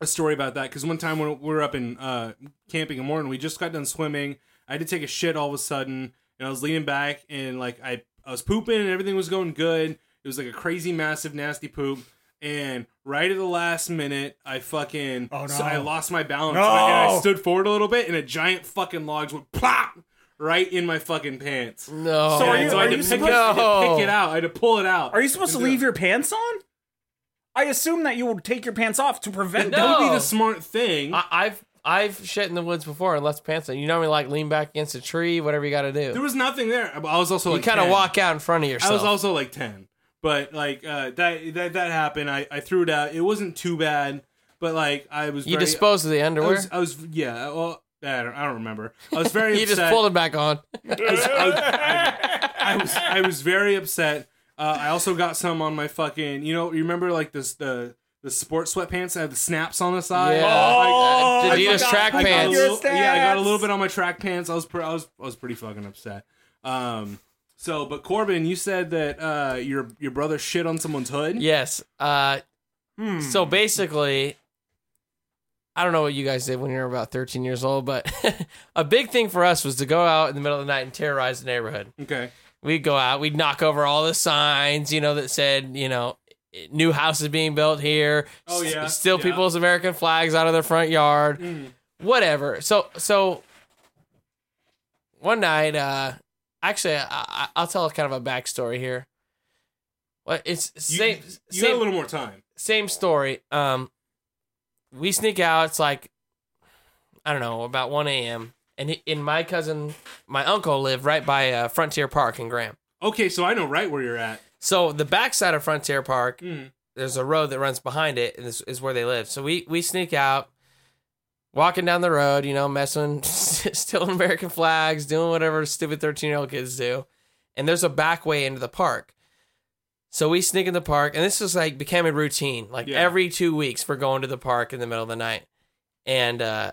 a story about that because one time when we were up in uh, camping in Morton, we just got done swimming. I had to take a shit all of a sudden, and I was leaning back and like I I was pooping and everything was going good. It was like a crazy, massive, nasty poop. And right at the last minute, I fucking Oh, no. so I lost my balance No. and I stood forward a little bit, and a giant fucking log went plop right in my fucking pants. No. So are And you- so I had you to pick, supposed- it, I had to No. pick it out. I had to pull it out. Are you supposed to And leave do it. your pants on? I assume that you will take your pants off to prevent No. That would be Oh. the smart thing. I, I've I've shit in the woods before and left pants on. You normally like lean back against a tree, whatever you got to there do. was nothing there. I was also You like kind of 10. walk out in front of I yourself. was also like ten, but like uh, that that that happened. I, I threw it out. It wasn't too bad, but like I was you very, dispose of the I underwear. was, I was yeah. Well, I don't, I don't remember. I was very. you just upset. pulled it back on. I was, I was I was very upset. Uh, I also got some on my fucking. You know, you remember like this the the sports sweatpants that had the snaps on the side. Yeah. Like, Oh, I Adidas forgot- track I got a pants. little- yeah, I got a little bit on my track pants. I was pre- I was I was pretty fucking upset. Um. So, but Corbin, you said that uh, your your brother shit on someone's hood. Yes. Uh, Hmm. So basically, I don't know what you guys did when you were about 13 years old, but a big thing for us was to go out in the middle of the night and terrorize the neighborhood. Okay. We'd go out, we'd knock over all the signs, you know, that said, you know, new houses being built here. Oh, s- yeah, steal yeah. Mm. people's American flags out of their front yard, whatever. So, so one night, uh, actually, I, I, I'll tell kind of a backstory here. Well, it's You, same. You same, got a little more time. same story. Um, we sneak out. It's like I don't know about one a.m. And he, and my cousin, my uncle lived right by uh, Frontier Park in Graham. Okay, so I know right where you're at. So the backside of Frontier Park, Mm. there's a road that runs behind it, and this is where they live. So we we sneak out, walking down the road, you know, messing, stealing American flags, doing whatever stupid thirteen year old kids do. And there's a back way into the park. So we sneak in the park, and this was like became a routine. Like Yeah. every two weeks, we're going to the park in the middle of the night, and uh,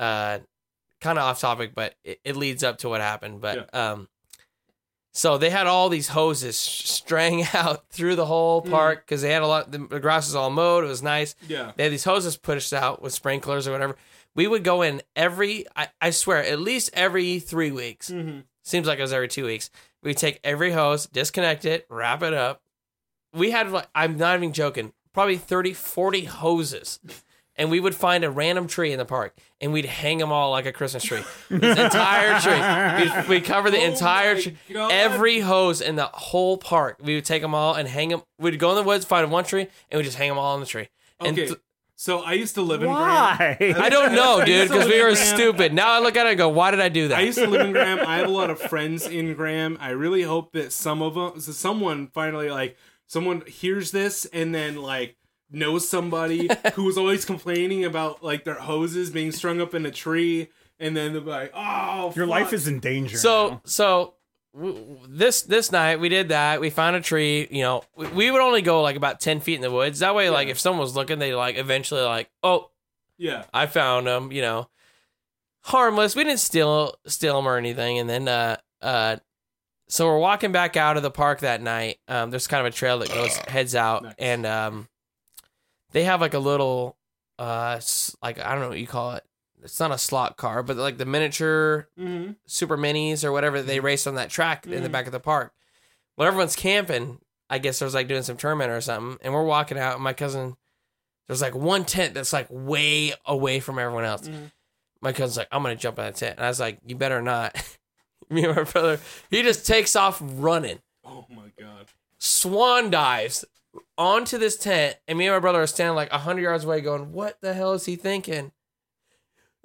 uh, kind of off topic, but it, it leads up to what happened. But um, so they had all these hoses straying out through the whole park because they had a lot. The the grass was all mowed. It was nice. Yeah. They had these hoses pushed out with sprinklers or whatever. We would go in every, I, I swear, at least every three weeks. Mm-hmm. Seems like it was every two weeks. We'd take every hose, disconnect it, wrap it up. We had, like, I'm not even joking, probably 30, 40 hoses. And we would find a random tree in the park and we'd hang them all like a Christmas tree. This entire tree. We'd, we'd cover the Oh entire my tree. God. Every hose in the whole park. We would take them all and hang them. We'd go in the woods, find one tree, and we'd just hang them all on the tree. And Okay. th- so I used to live in Graham. Why? I don't know, dude, used to because we live in were Graham. stupid. Now I look at it and go, why did I do that? I used to live in Graham. I have a lot of friends in Graham. I really hope that some of them, so someone finally like someone hears this and then like knows somebody who was always complaining about like their hoses being strung up in a tree, and then they're like, "Oh, Your fuck. life is in danger. so so w- w- this this night we did that. We found a tree. You know, we, we would only go like about ten feet in the woods. That way, like if someone was looking, they like eventually like, oh, yeah." I found them. You know, harmless. We didn't steal steal them or anything. And then uh uh. So we're walking back out of the park that night. Um, there's kind of a trail that goes heads out, Nice. and um, they have like a little, uh, s- like I don't know what you call it. It's not a slot car, but like the miniature Mm-hmm. super minis or whatever they race on that track in the Mhm. back of the park. Well, everyone's camping. I guess there's like doing some tournament or something, and we're walking out. And my cousin, there's like one tent that's like way away from everyone else. Mhm. My cousin's like, I'm gonna jump out of the tent, and I was like, you better not. Me and my brother, he just takes off running Oh my god! swan dives onto this tent, and me and my brother are standing like hundred yards away, going, "What the hell is he thinking?"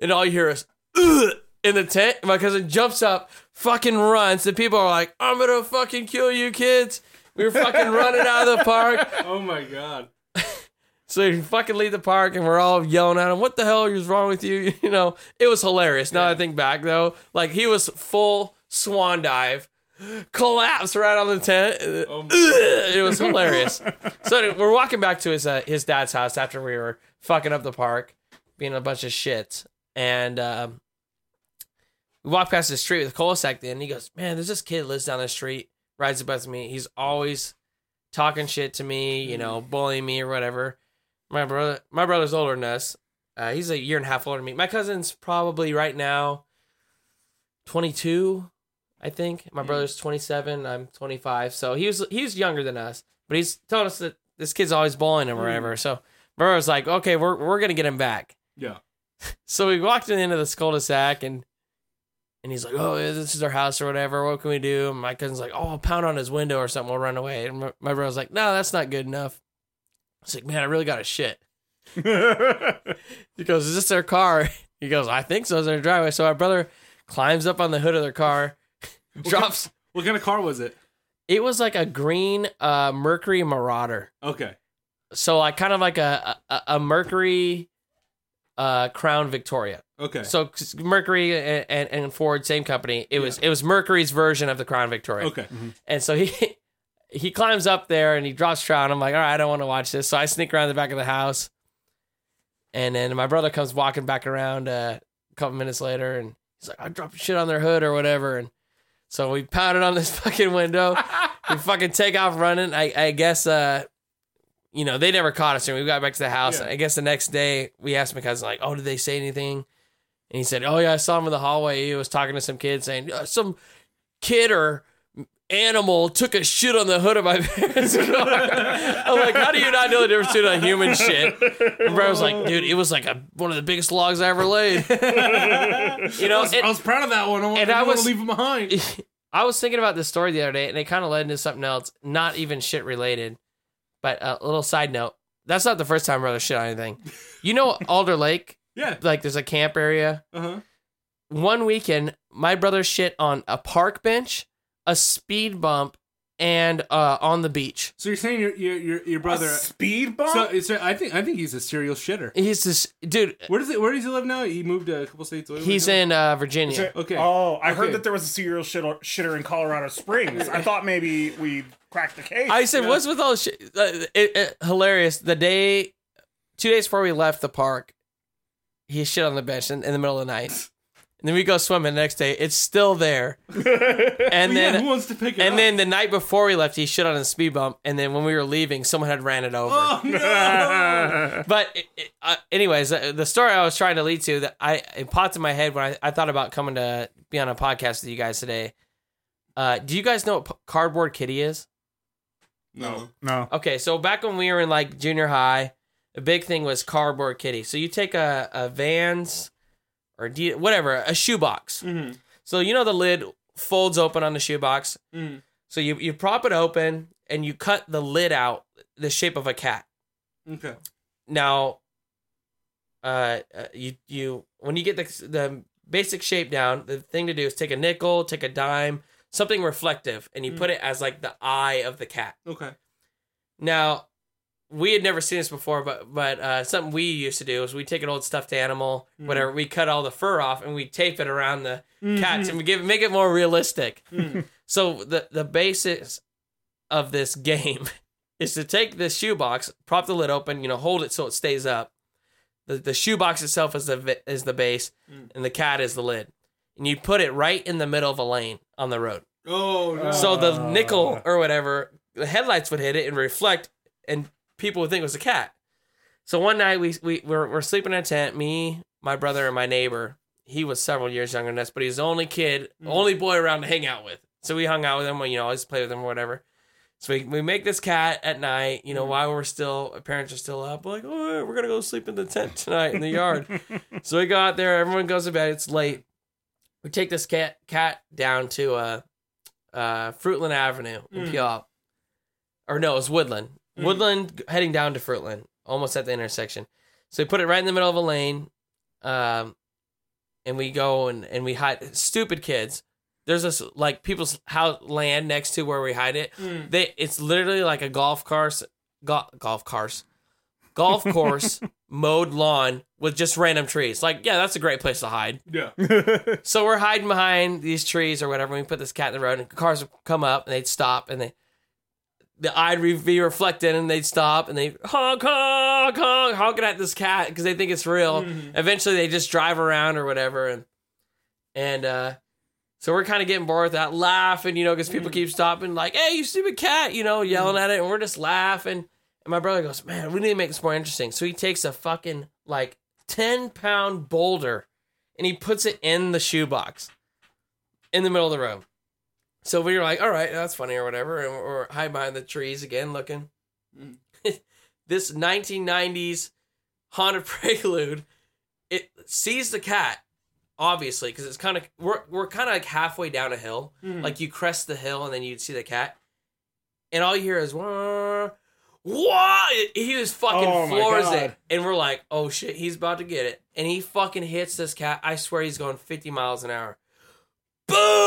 And all you hear is Ugh! in the tent. My cousin jumps up, fucking runs. The people are like, "I'm gonna fucking kill you, kids." We were fucking running out of the park. Oh my god! So you fucking leave the park and we're all yelling at him, what the hell is wrong with you? You know, it was hilarious. Now that I think back though, like he was full swan dive, collapse right on the tent. my- it was hilarious. so anyway, we're walking back to his uh, his dad's house after we were fucking up the park, being a bunch of shit. And um, we walk past the street with Colasac then and he goes, Man, there's this kid lives down the street, rides the bus with me. He's always talking shit to me, you know, bullying me or whatever. My brother, my brother's older than us. Uh, he's a year and a half older than me. My cousin's probably right now 22, I think. My brother's 27. I'm 25. So he was he was younger than us, but he's telling us that this kid's always bullying him or whatever. So my brother was like, okay, we're we're gonna get him back. Yeah. So we walked in the end of this cul-de-sac and And he's like, "Oh, yeah, this is our house or whatever. What can we do?" And my cousin's like, "Oh, I'll pound on his window or something. We'll run away." And my, my brother's like, "No, that's not good enough." I was like, "Man, I really got to shit." He goes, "Is this their car?" He goes, "I think so. It's in their driveway." So my brother climbs up on the hood of their car, drops. What kind of car was it? It was like a green uh, Mercury Marauder. Okay. So like kind of like a a, a Mercury uh, Crown Victoria. Okay. So 'cause Mercury and, and, and Ford, same company. It was it was Mercury's version of the Crown Victoria. okay. And so he he climbs up there and he drops Trout. I'm like, all right, I don't want to watch this. So I sneak around the back of the house. And then my brother comes walking back around uh, a couple minutes later and he's like, I dropped shit on their hood or whatever. And so we pounded on this fucking window. we fucking take off running. I, I guess, uh, you know, they never caught us. And we got back to the house. Yeah. I guess the next day we asked my cousin, like, oh, did they say anything? And he said, oh, yeah, I saw him in the hallway. He was talking to some kid saying, "Uh, some kid or animal took a shit on the hood of my parents' car. I'm like, how do you not know the difference between a human shit? And Brad was like, dude, it was like a, one of the biggest logs I ever laid. you know, I and was proud of that one. I want and I to was- leave it behind. I was thinking about this story the other day, and it kind of led into something else, not even shit related, but uh, a little side note. That's not the first time brother shit on anything. You know Alder Lake? Yeah. Like there's a camp area. Uh huh. One weekend, my brother shit on a park bench, a speed bump, and uh, on the beach. So you're saying your your your, your brother? Speed bump. So, so I think I think he's a serial shitter. He's this dude. Where does it? Where does he live now? He moved a couple states away. He's right now? in uh, Virginia. Okay. Oh, I heard Okay. that there was a serial shitter, shitter in Colorado Springs. I thought maybe we cracked the case. I said, "What's with all this shit?" Uh, it, it, hilarious. The day, two days before we left the park, he shit on the bench in, in the middle of the night, and then we go swimming the next day. It's still there, and Well, Oh, yeah, then. who wants to pick it and up? then the night before we left, he shit on a speed bump. And then when we were leaving, someone had ran it over. Oh no! But it, it, uh, anyways, uh, the story I was trying to lead to that I it popped in my head when I, I thought about coming to be on a podcast with you guys today. Uh, do you guys know what P- Cardboard Kitty is? no. no. Okay, so back when we were in like junior high, the big thing was Cardboard Kitty. So you take a, a Vans or D, whatever, a shoebox. Mhm. So you know the lid folds open on the shoebox. Mhm. So you, you prop it open and you cut the lid out the shape of a cat Okay. now uh uh, you you when you get the the basic shape down the thing to do is take a nickel take a dime something reflective and you put it as like the eye of the cat Okay. now we had never seen this before but but uh something we used to do is we take an old stuffed animal whatever we cut all the fur off and we tape it around the Hmm. cats and we give make it more realistic so the the basis of this game is to take this shoebox, prop the lid open, you know, hold it so it stays up. The the shoebox itself is the vi- is the base, and the cat is the lid, and you put it right in the middle of a lane on the road. Oh no! So the nickel or whatever, the headlights would hit it and reflect, and people would think it was a cat. So one night we we we're, we're sleeping in a tent. Me, my brother, and my neighbor. He was several years younger than us, but he's the only kid, only boy around to hang out with. So we hung out with him. You know, always play with him or whatever. So we, we make this cat at night. You know, while we're still, our parents are still up. We're like, oh, we're gonna go sleep in the tent tonight in the yard. so we go out there. Everyone goes to bed. It's late. We take this cat cat down to uh uh, Fruitland Avenue in Puyallup. Or no, it was Woodland. Woodland g- heading down to Fruitland, almost at the intersection. So we put it right in the middle of a lane. Um, and we go and, and we hide. Stupid kids. There's this like people's house land next to where we hide it. They it's literally like a golf course, go- golf cars, golf course mowed lawn with just random trees. Like yeah, that's a great place to hide. yeah. So we're hiding behind these trees or whatever. and We put this cat in the road, and cars would come up and they'd stop, and they the eye'd re- be reflected, and they'd stop, and they honk, honk, honk, honking at this cat because they think it's real. Eventually, they just drive around or whatever, and and uh, so we're kind of getting bored with that, laughing, you know, because people keep stopping, like, "Hey, you stupid cat!" You know, yelling at it, and we're just laughing. And my brother goes, "Man, we need to make this more interesting." So he takes a fucking like ten pound boulder and he puts it in the shoebox in the middle of the room. So we were like, all right, that's funny or whatever. And we're we're hiding behind the trees again looking. this 1990s haunted prelude, it sees the cat obviously because it's kind of we're we're kind of like halfway down a hill. Like you crest the hill and then you'd see the cat, and all you hear is wah wah. He just fucking Oh my floors God. it, and we're like, oh shit, he's about to get it, and he fucking hits this cat. I swear he's going fifty miles an hour. Boom!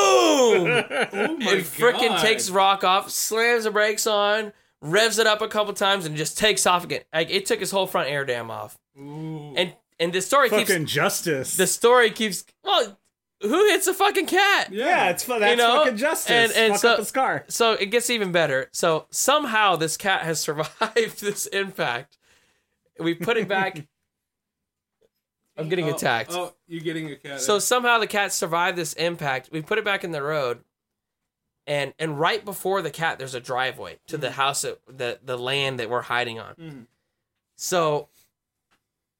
Oh my and freaking God. takes rock off, slams the brakes on, revs it up a couple times, and just takes off again. Like it took his whole front air dam off. Ooh. And and the story keeps fucking justice. the story keeps well. Who hits a fucking cat? yeah, it's fu- that's know, fucking justice. and- and Fuck so- up his car. So it gets even better. So somehow this cat has survived this impact. We put it back. I'm getting Oh, attacked. Oh, you're getting a cat. So somehow the cat survived this impact. We put it back in the road, and and right before the cat, there's a driveway to Mm-hmm. the house, that, the the land that we're hiding on. Mhm. So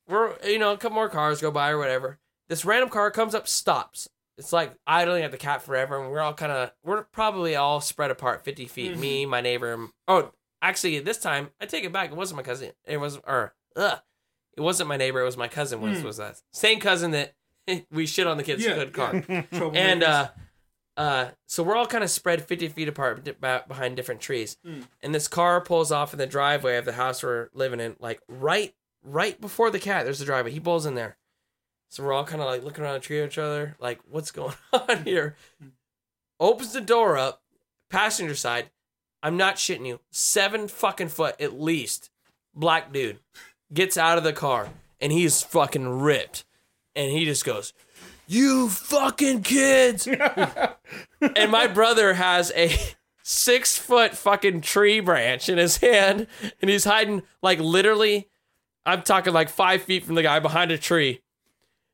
we're you know a couple more cars go by or whatever. This random car comes up, stops. It's like idling at the cat forever, and we're all kind of we're probably all spread apart, fifty feet. Me, my neighbor. and- Oh, actually, this time I take it back. It wasn't my cousin. It was or ugh, it wasn't my neighbor. It was my cousin. Was was that same cousin that we shit on the kid's Yeah, good yeah. car. Troublemakers. and uh, uh, so we're all kind of spread 50 feet apart di- ba- behind different trees. And this car pulls off in the driveway of the house we're living in, like right right before the cat. There's the driveway. He pulls in there. So we're all kind of like looking around the tree at each other, like, what's going on here? Opens the door up, passenger side. I'm not shitting you. Seven fucking foot at least, black dude gets out of the car and he's fucking ripped. And he just goes, you fucking kids. and my brother has a six foot fucking tree branch in his hand, and he's hiding like literally, I'm talking like five feet from the guy behind a tree.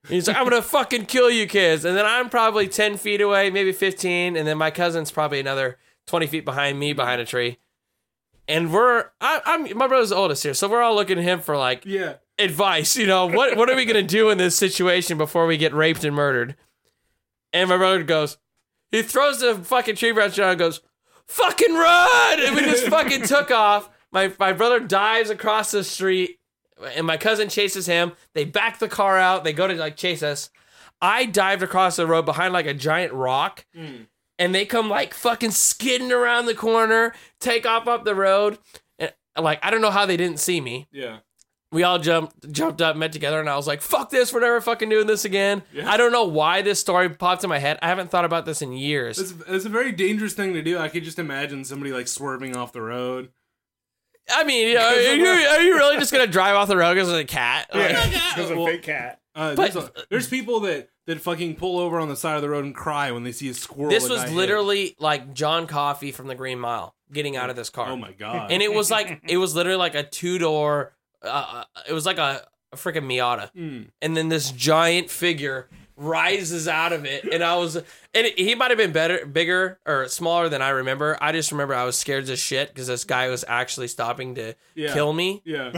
And he's like, I'm gonna fucking kill you kids. And then I'm probably 10 feet away, maybe 15, and then my cousin's probably another 20 feet behind me behind a tree. And we're, I, I'm, my brother's the oldest here, so we're all looking at him for like, yeah. advice. You know, what what are we gonna do in this situation before we get raped and murdered? And my brother goes, he throws the fucking tree branch down and goes, fucking run! And we just fucking took off. My my brother dives across the street, and my cousin chases him. They back the car out. They go to like chase us. I dived across the road behind like a giant rock. And they come like fucking skidding around the corner, take off up the road. And like, I don't know how they didn't see me Yeah. we all jumped jumped up, met together, and I was like, "Fuck this! We're never fucking doing this again." Yeah. I don't know why this story popped in my head. I haven't thought about this in years. It's, it's a very dangerous thing to do. I could just imagine somebody like swerving off the road. I mean, you know, are, you, are you really just gonna drive off the road as a cat? Like, Because of Well- big cat. Uh, But- there's, a- there's people that, that fucking pull over on the side of the road and cry when they see a squirrel. this that got was hit. literally like John Coffey from the Green Mile getting out of this car. Oh my god! And it was like it was literally like a two door. Uh, uh, it was like a, a freaking Miata. Mm. and then this giant figure rises out of it and i was and it, he might have been better bigger or smaller than i remember i just remember i was scared as shit because this guy was actually stopping to Yeah. kill me Yeah.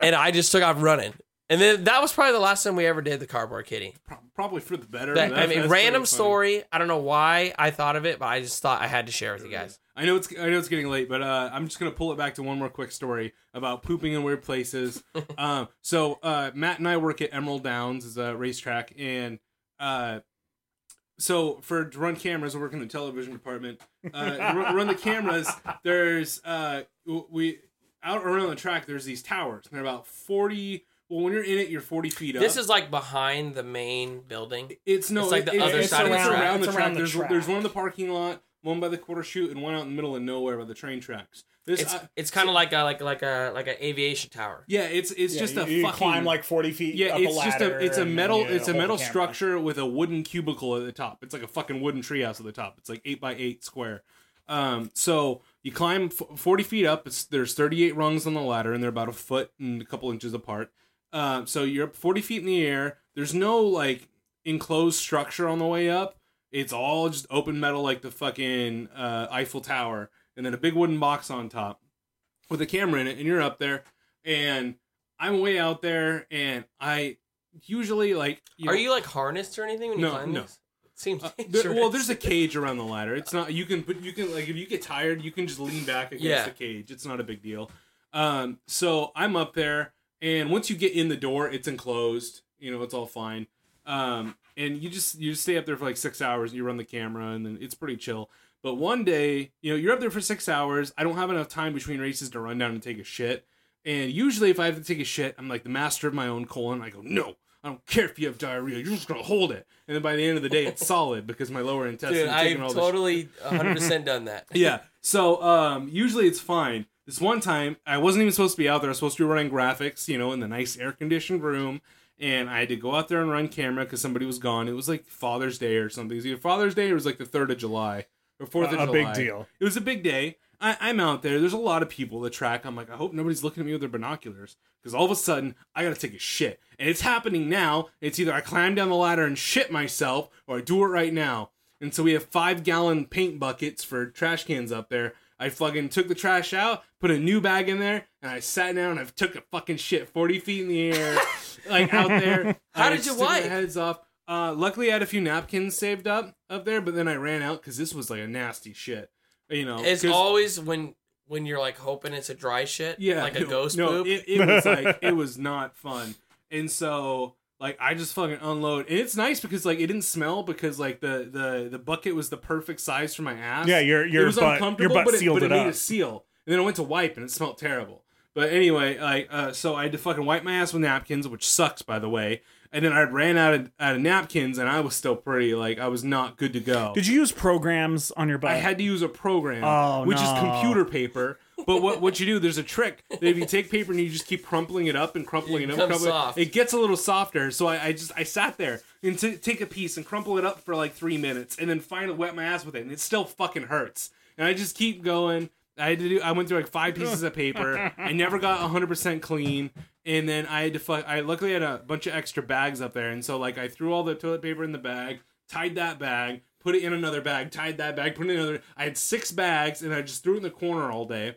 and i just took off running and then that was probably the last time we ever did the cardboard kitty Pro- Probably for the better. That- i That's- mean that's random pretty funny. story i don't know why i thought of it but i just thought i had to share with you guys I know it's I know it's getting late, but uh, I'm just gonna pull it back to one more quick story about pooping in weird places. um, so uh, Matt and I work at Emerald Downs is a racetrack, and uh, so for to run cameras, I work in the television department. Uh, to run, run the cameras. There's uh, w- we out around the track. There's these towers, and they're about forty. Well, when you're in it, you're forty feet up. this is like behind the main building It's no, It's like it- the other it's side of the around, track. around the It's track. around the there's, track. there's one in the parking lot, one by the quarter chute, and one out in the middle of nowhere by the train tracks. This, it's I- it's kind of like a like like a like an aviation tower yeah, it's it's Yeah, just you, a you fucking climb like forty feet. yeah, up it's a just a ladder it's a and metal you it's a hold the metal camera. structure with a wooden cubicle at the top. It's like a fucking wooden treehouse at the top. It's like eight by eight square. Um, so you climb f- forty feet up. It's, there's thirty eight rungs on the ladder, and they're about a foot and a couple inches apart. Uh, so you're up forty feet in the air. There's no like enclosed structure on the way up. It's all just open metal, like the fucking uh, Eiffel Tower, and then a big wooden box on top with a camera in it, and you're up there. And I'm way out there, and I usually like. are know- you like harnessed or anything when you No, climb no. these it seems uh, there- dangerous. well, there's a cage around the ladder. It's not you can, but you can like if you get tired, you can just lean back against Yeah. the cage. It's not a big deal. Um, so I'm up there, and once you get in the door, it's enclosed. You know, it's all fine. Um, and you just you stay up there for like six hours and you run the camera and then it's pretty chill. But one day, you know, you're up there for six hours. I don't have enough time between races to run down and take a shit. And usually, if I have to take a shit, I'm like the master of my own colon. I go, no, I don't care if you have diarrhea. You're just gonna hold it. And then by the end of the day, it's solid because my lower intestine Dude, is taking I've all the shit totally 100% done that. yeah. So um, usually it's fine. This one time, I wasn't even supposed to be out there. I was supposed to be running graphics, you know, in the nice air conditioned room. And I had to go out there and run camera because somebody was gone. It was like Father's Day or something. It was either Father's Day or it was like the 3rd of July or 4th of A July. big deal. It was a big day. I, I'm out there. There's a lot of people that track. I'm like, I hope nobody's looking at me with their binoculars because all of a sudden I gotta take a shit, and it's happening now. It's either I climb down the ladder and shit myself, or I do it right now. And so we have five gallon paint buckets for trash cans up there. I fucking took the trash out, put a new bag in there, and I sat down. and I took a fucking shit forty feet in the air, like out there. How I did you stood my wipe? Heads off. Uh, luckily, I had a few napkins saved up up there, but then I ran out because this was like a nasty shit. You know, It's 'cause- always when when you're like hoping it's a dry shit, yeah, like a no, ghost no, poop. It, it was like it was not fun, and so like I just fucking unload, and it's nice because like it didn't smell because like the the the bucket was the perfect size for my ass. Yeah, your- your it was butt- your uncomfortable, butt but it, sealed but it, it made a up. seal. And then I went to wipe, and it smelled terrible. But anyway, like uh, so I had to fucking wipe my ass with napkins, which sucks by the way. And then I ran out of out of napkins, and I was still pretty like I was not good to go. Did you use programs on your butt? I had to use a program, Oh, which no. is computer paper. But what what you do? There's a trick that if you take paper and you just keep crumpling it up and crumpling it, It up, becomes crumpling, soft. it gets a little softer. So I, I just I sat there and t- take a piece and crumple it up for like three minutes, and then finally wet my ass with it, and it still fucking hurts. And I just keep going. I had to do. I went through like five pieces of paper. I never got 100 percent clean. And then I had to fuck. I luckily had a bunch of extra bags up there, and so like I threw all the toilet paper in the bag, tied that bag, put it in another bag, tied that bag, put it in another. I had six bags, and I just threw it in the corner all day.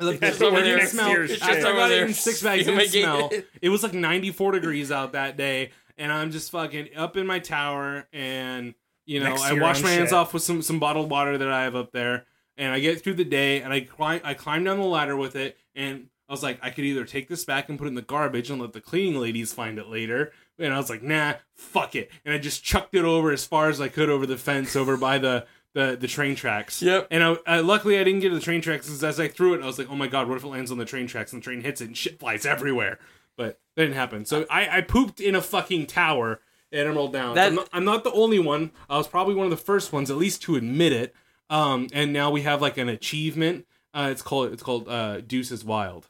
I looked at It's it, over it didn't there. smell. It's just After I over got it there. in six bags, it didn't Fumigate smell. it. It was like 94 degrees out that day, and I'm just fucking up in my tower, and you know Next to I your wash own my hands shit. off with some some bottled water that I have up there, and I get through the day, and I climb I climb down the ladder with it, and I was like I could either take this back and put it in the garbage and let the cleaning ladies find it later. And I was like, nah, fuck it. And I just chucked it over as far as I could over the fence over by the, the, the train tracks. Yep. And I, I, luckily, I didn't get to the train tracks 'cause as I threw it, I was like, oh my god, what if it lands on the train tracks and the train hits it and shit flies everywhere? But that didn't happen. So I, I pooped in a fucking tower at Emerald Downs. That- I'm, not, I'm not the only one. I was probably one of the first ones, at least, to admit it. Um, and now we have like an achievement. Uh, it's called it's called uh, Deuce is Wild.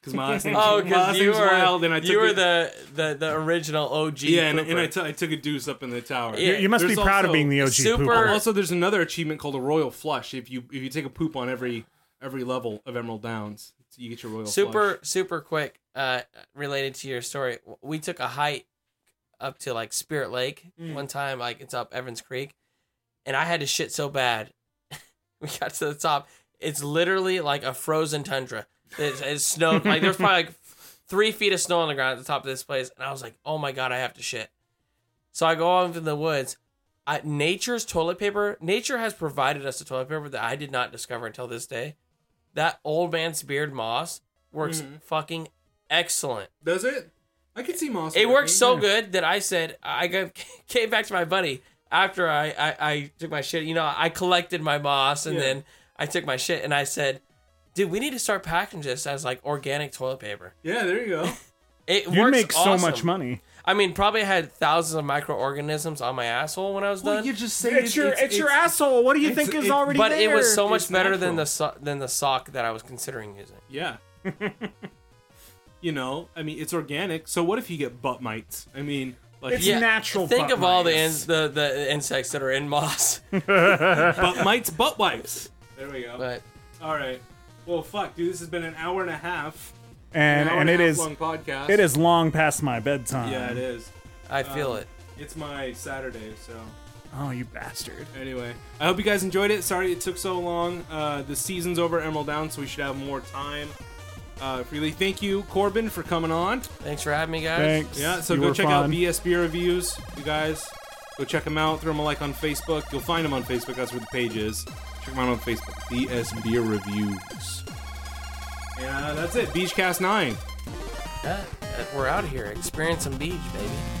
Because my last name, Oh, my last because you name's were Wild, and I took you were it- the, the the original OG. yeah, and, and pooper. I, t- I took a deuce up in the tower. Yeah. you must be There's proud also- of being the OG super- pooper. Also, there's another achievement called a royal flush. If you if you take a poop on every every level of Emerald Downs, you get your royal super flush. super quick uh related to your story we took a hike up to like spirit lake one time like it's up evans creek and i had to shit so bad we got to the top it's literally like a frozen tundra it's, it's snow like there's probably like three feet of snow on the ground at the top of this place and i was like oh my god i have to shit so i go off in the woods I, nature's toilet paper nature has provided us a toilet paper that i did not discover until this day that old man's beard moss works Mm-hmm. fucking excellent. Does it? I could see moss. It works so working. good that I said I got, came back to my buddy after I, I I took my shit. You know, I collected my moss and Yeah. then I took my shit and I said, "Dude, we need to start packaging this as like organic toilet paper." Yeah, there you go. It You'd works make so awesome. much money. I mean, probably had thousands of microorganisms on my asshole when I was well, done. you just say It's your it's, your asshole. What do you think it's- is it- already but there? it was so much It's better than natural. the so- than the sock that I was considering using. Yeah. you know, I mean, it's organic. So what if you get butt mites? I mean, like It's natural Think butt of all the, in- mites. the the insects that are in moss. butt mites, butt wipes. There we go. But All right. Well, fuck, dude. This has been an hour and a half. an and hour and it a half is long podcast. it is long past my bedtime. Yeah, it is. I feel Um, it. It's my Saturday, so Oh, you bastard! anyway, I hope you guys enjoyed it. Sorry it took so long. Uh, the season's over, at Emerald Down, so we should have more time. Uh, really, thank you, Corbin, for coming on. Thanks for having me, guys. Thanks. Yeah, so You go were check out fun. BS Beer Reviews, you guys. Go check them out. Throw them a like on Facebook. You'll find them on Facebook. That's where the page is. Check them out on Facebook. BS Beer Reviews. And uh, that's it. Beachcast 9. Yeah, uh, we're out of here. Experience some beach, baby.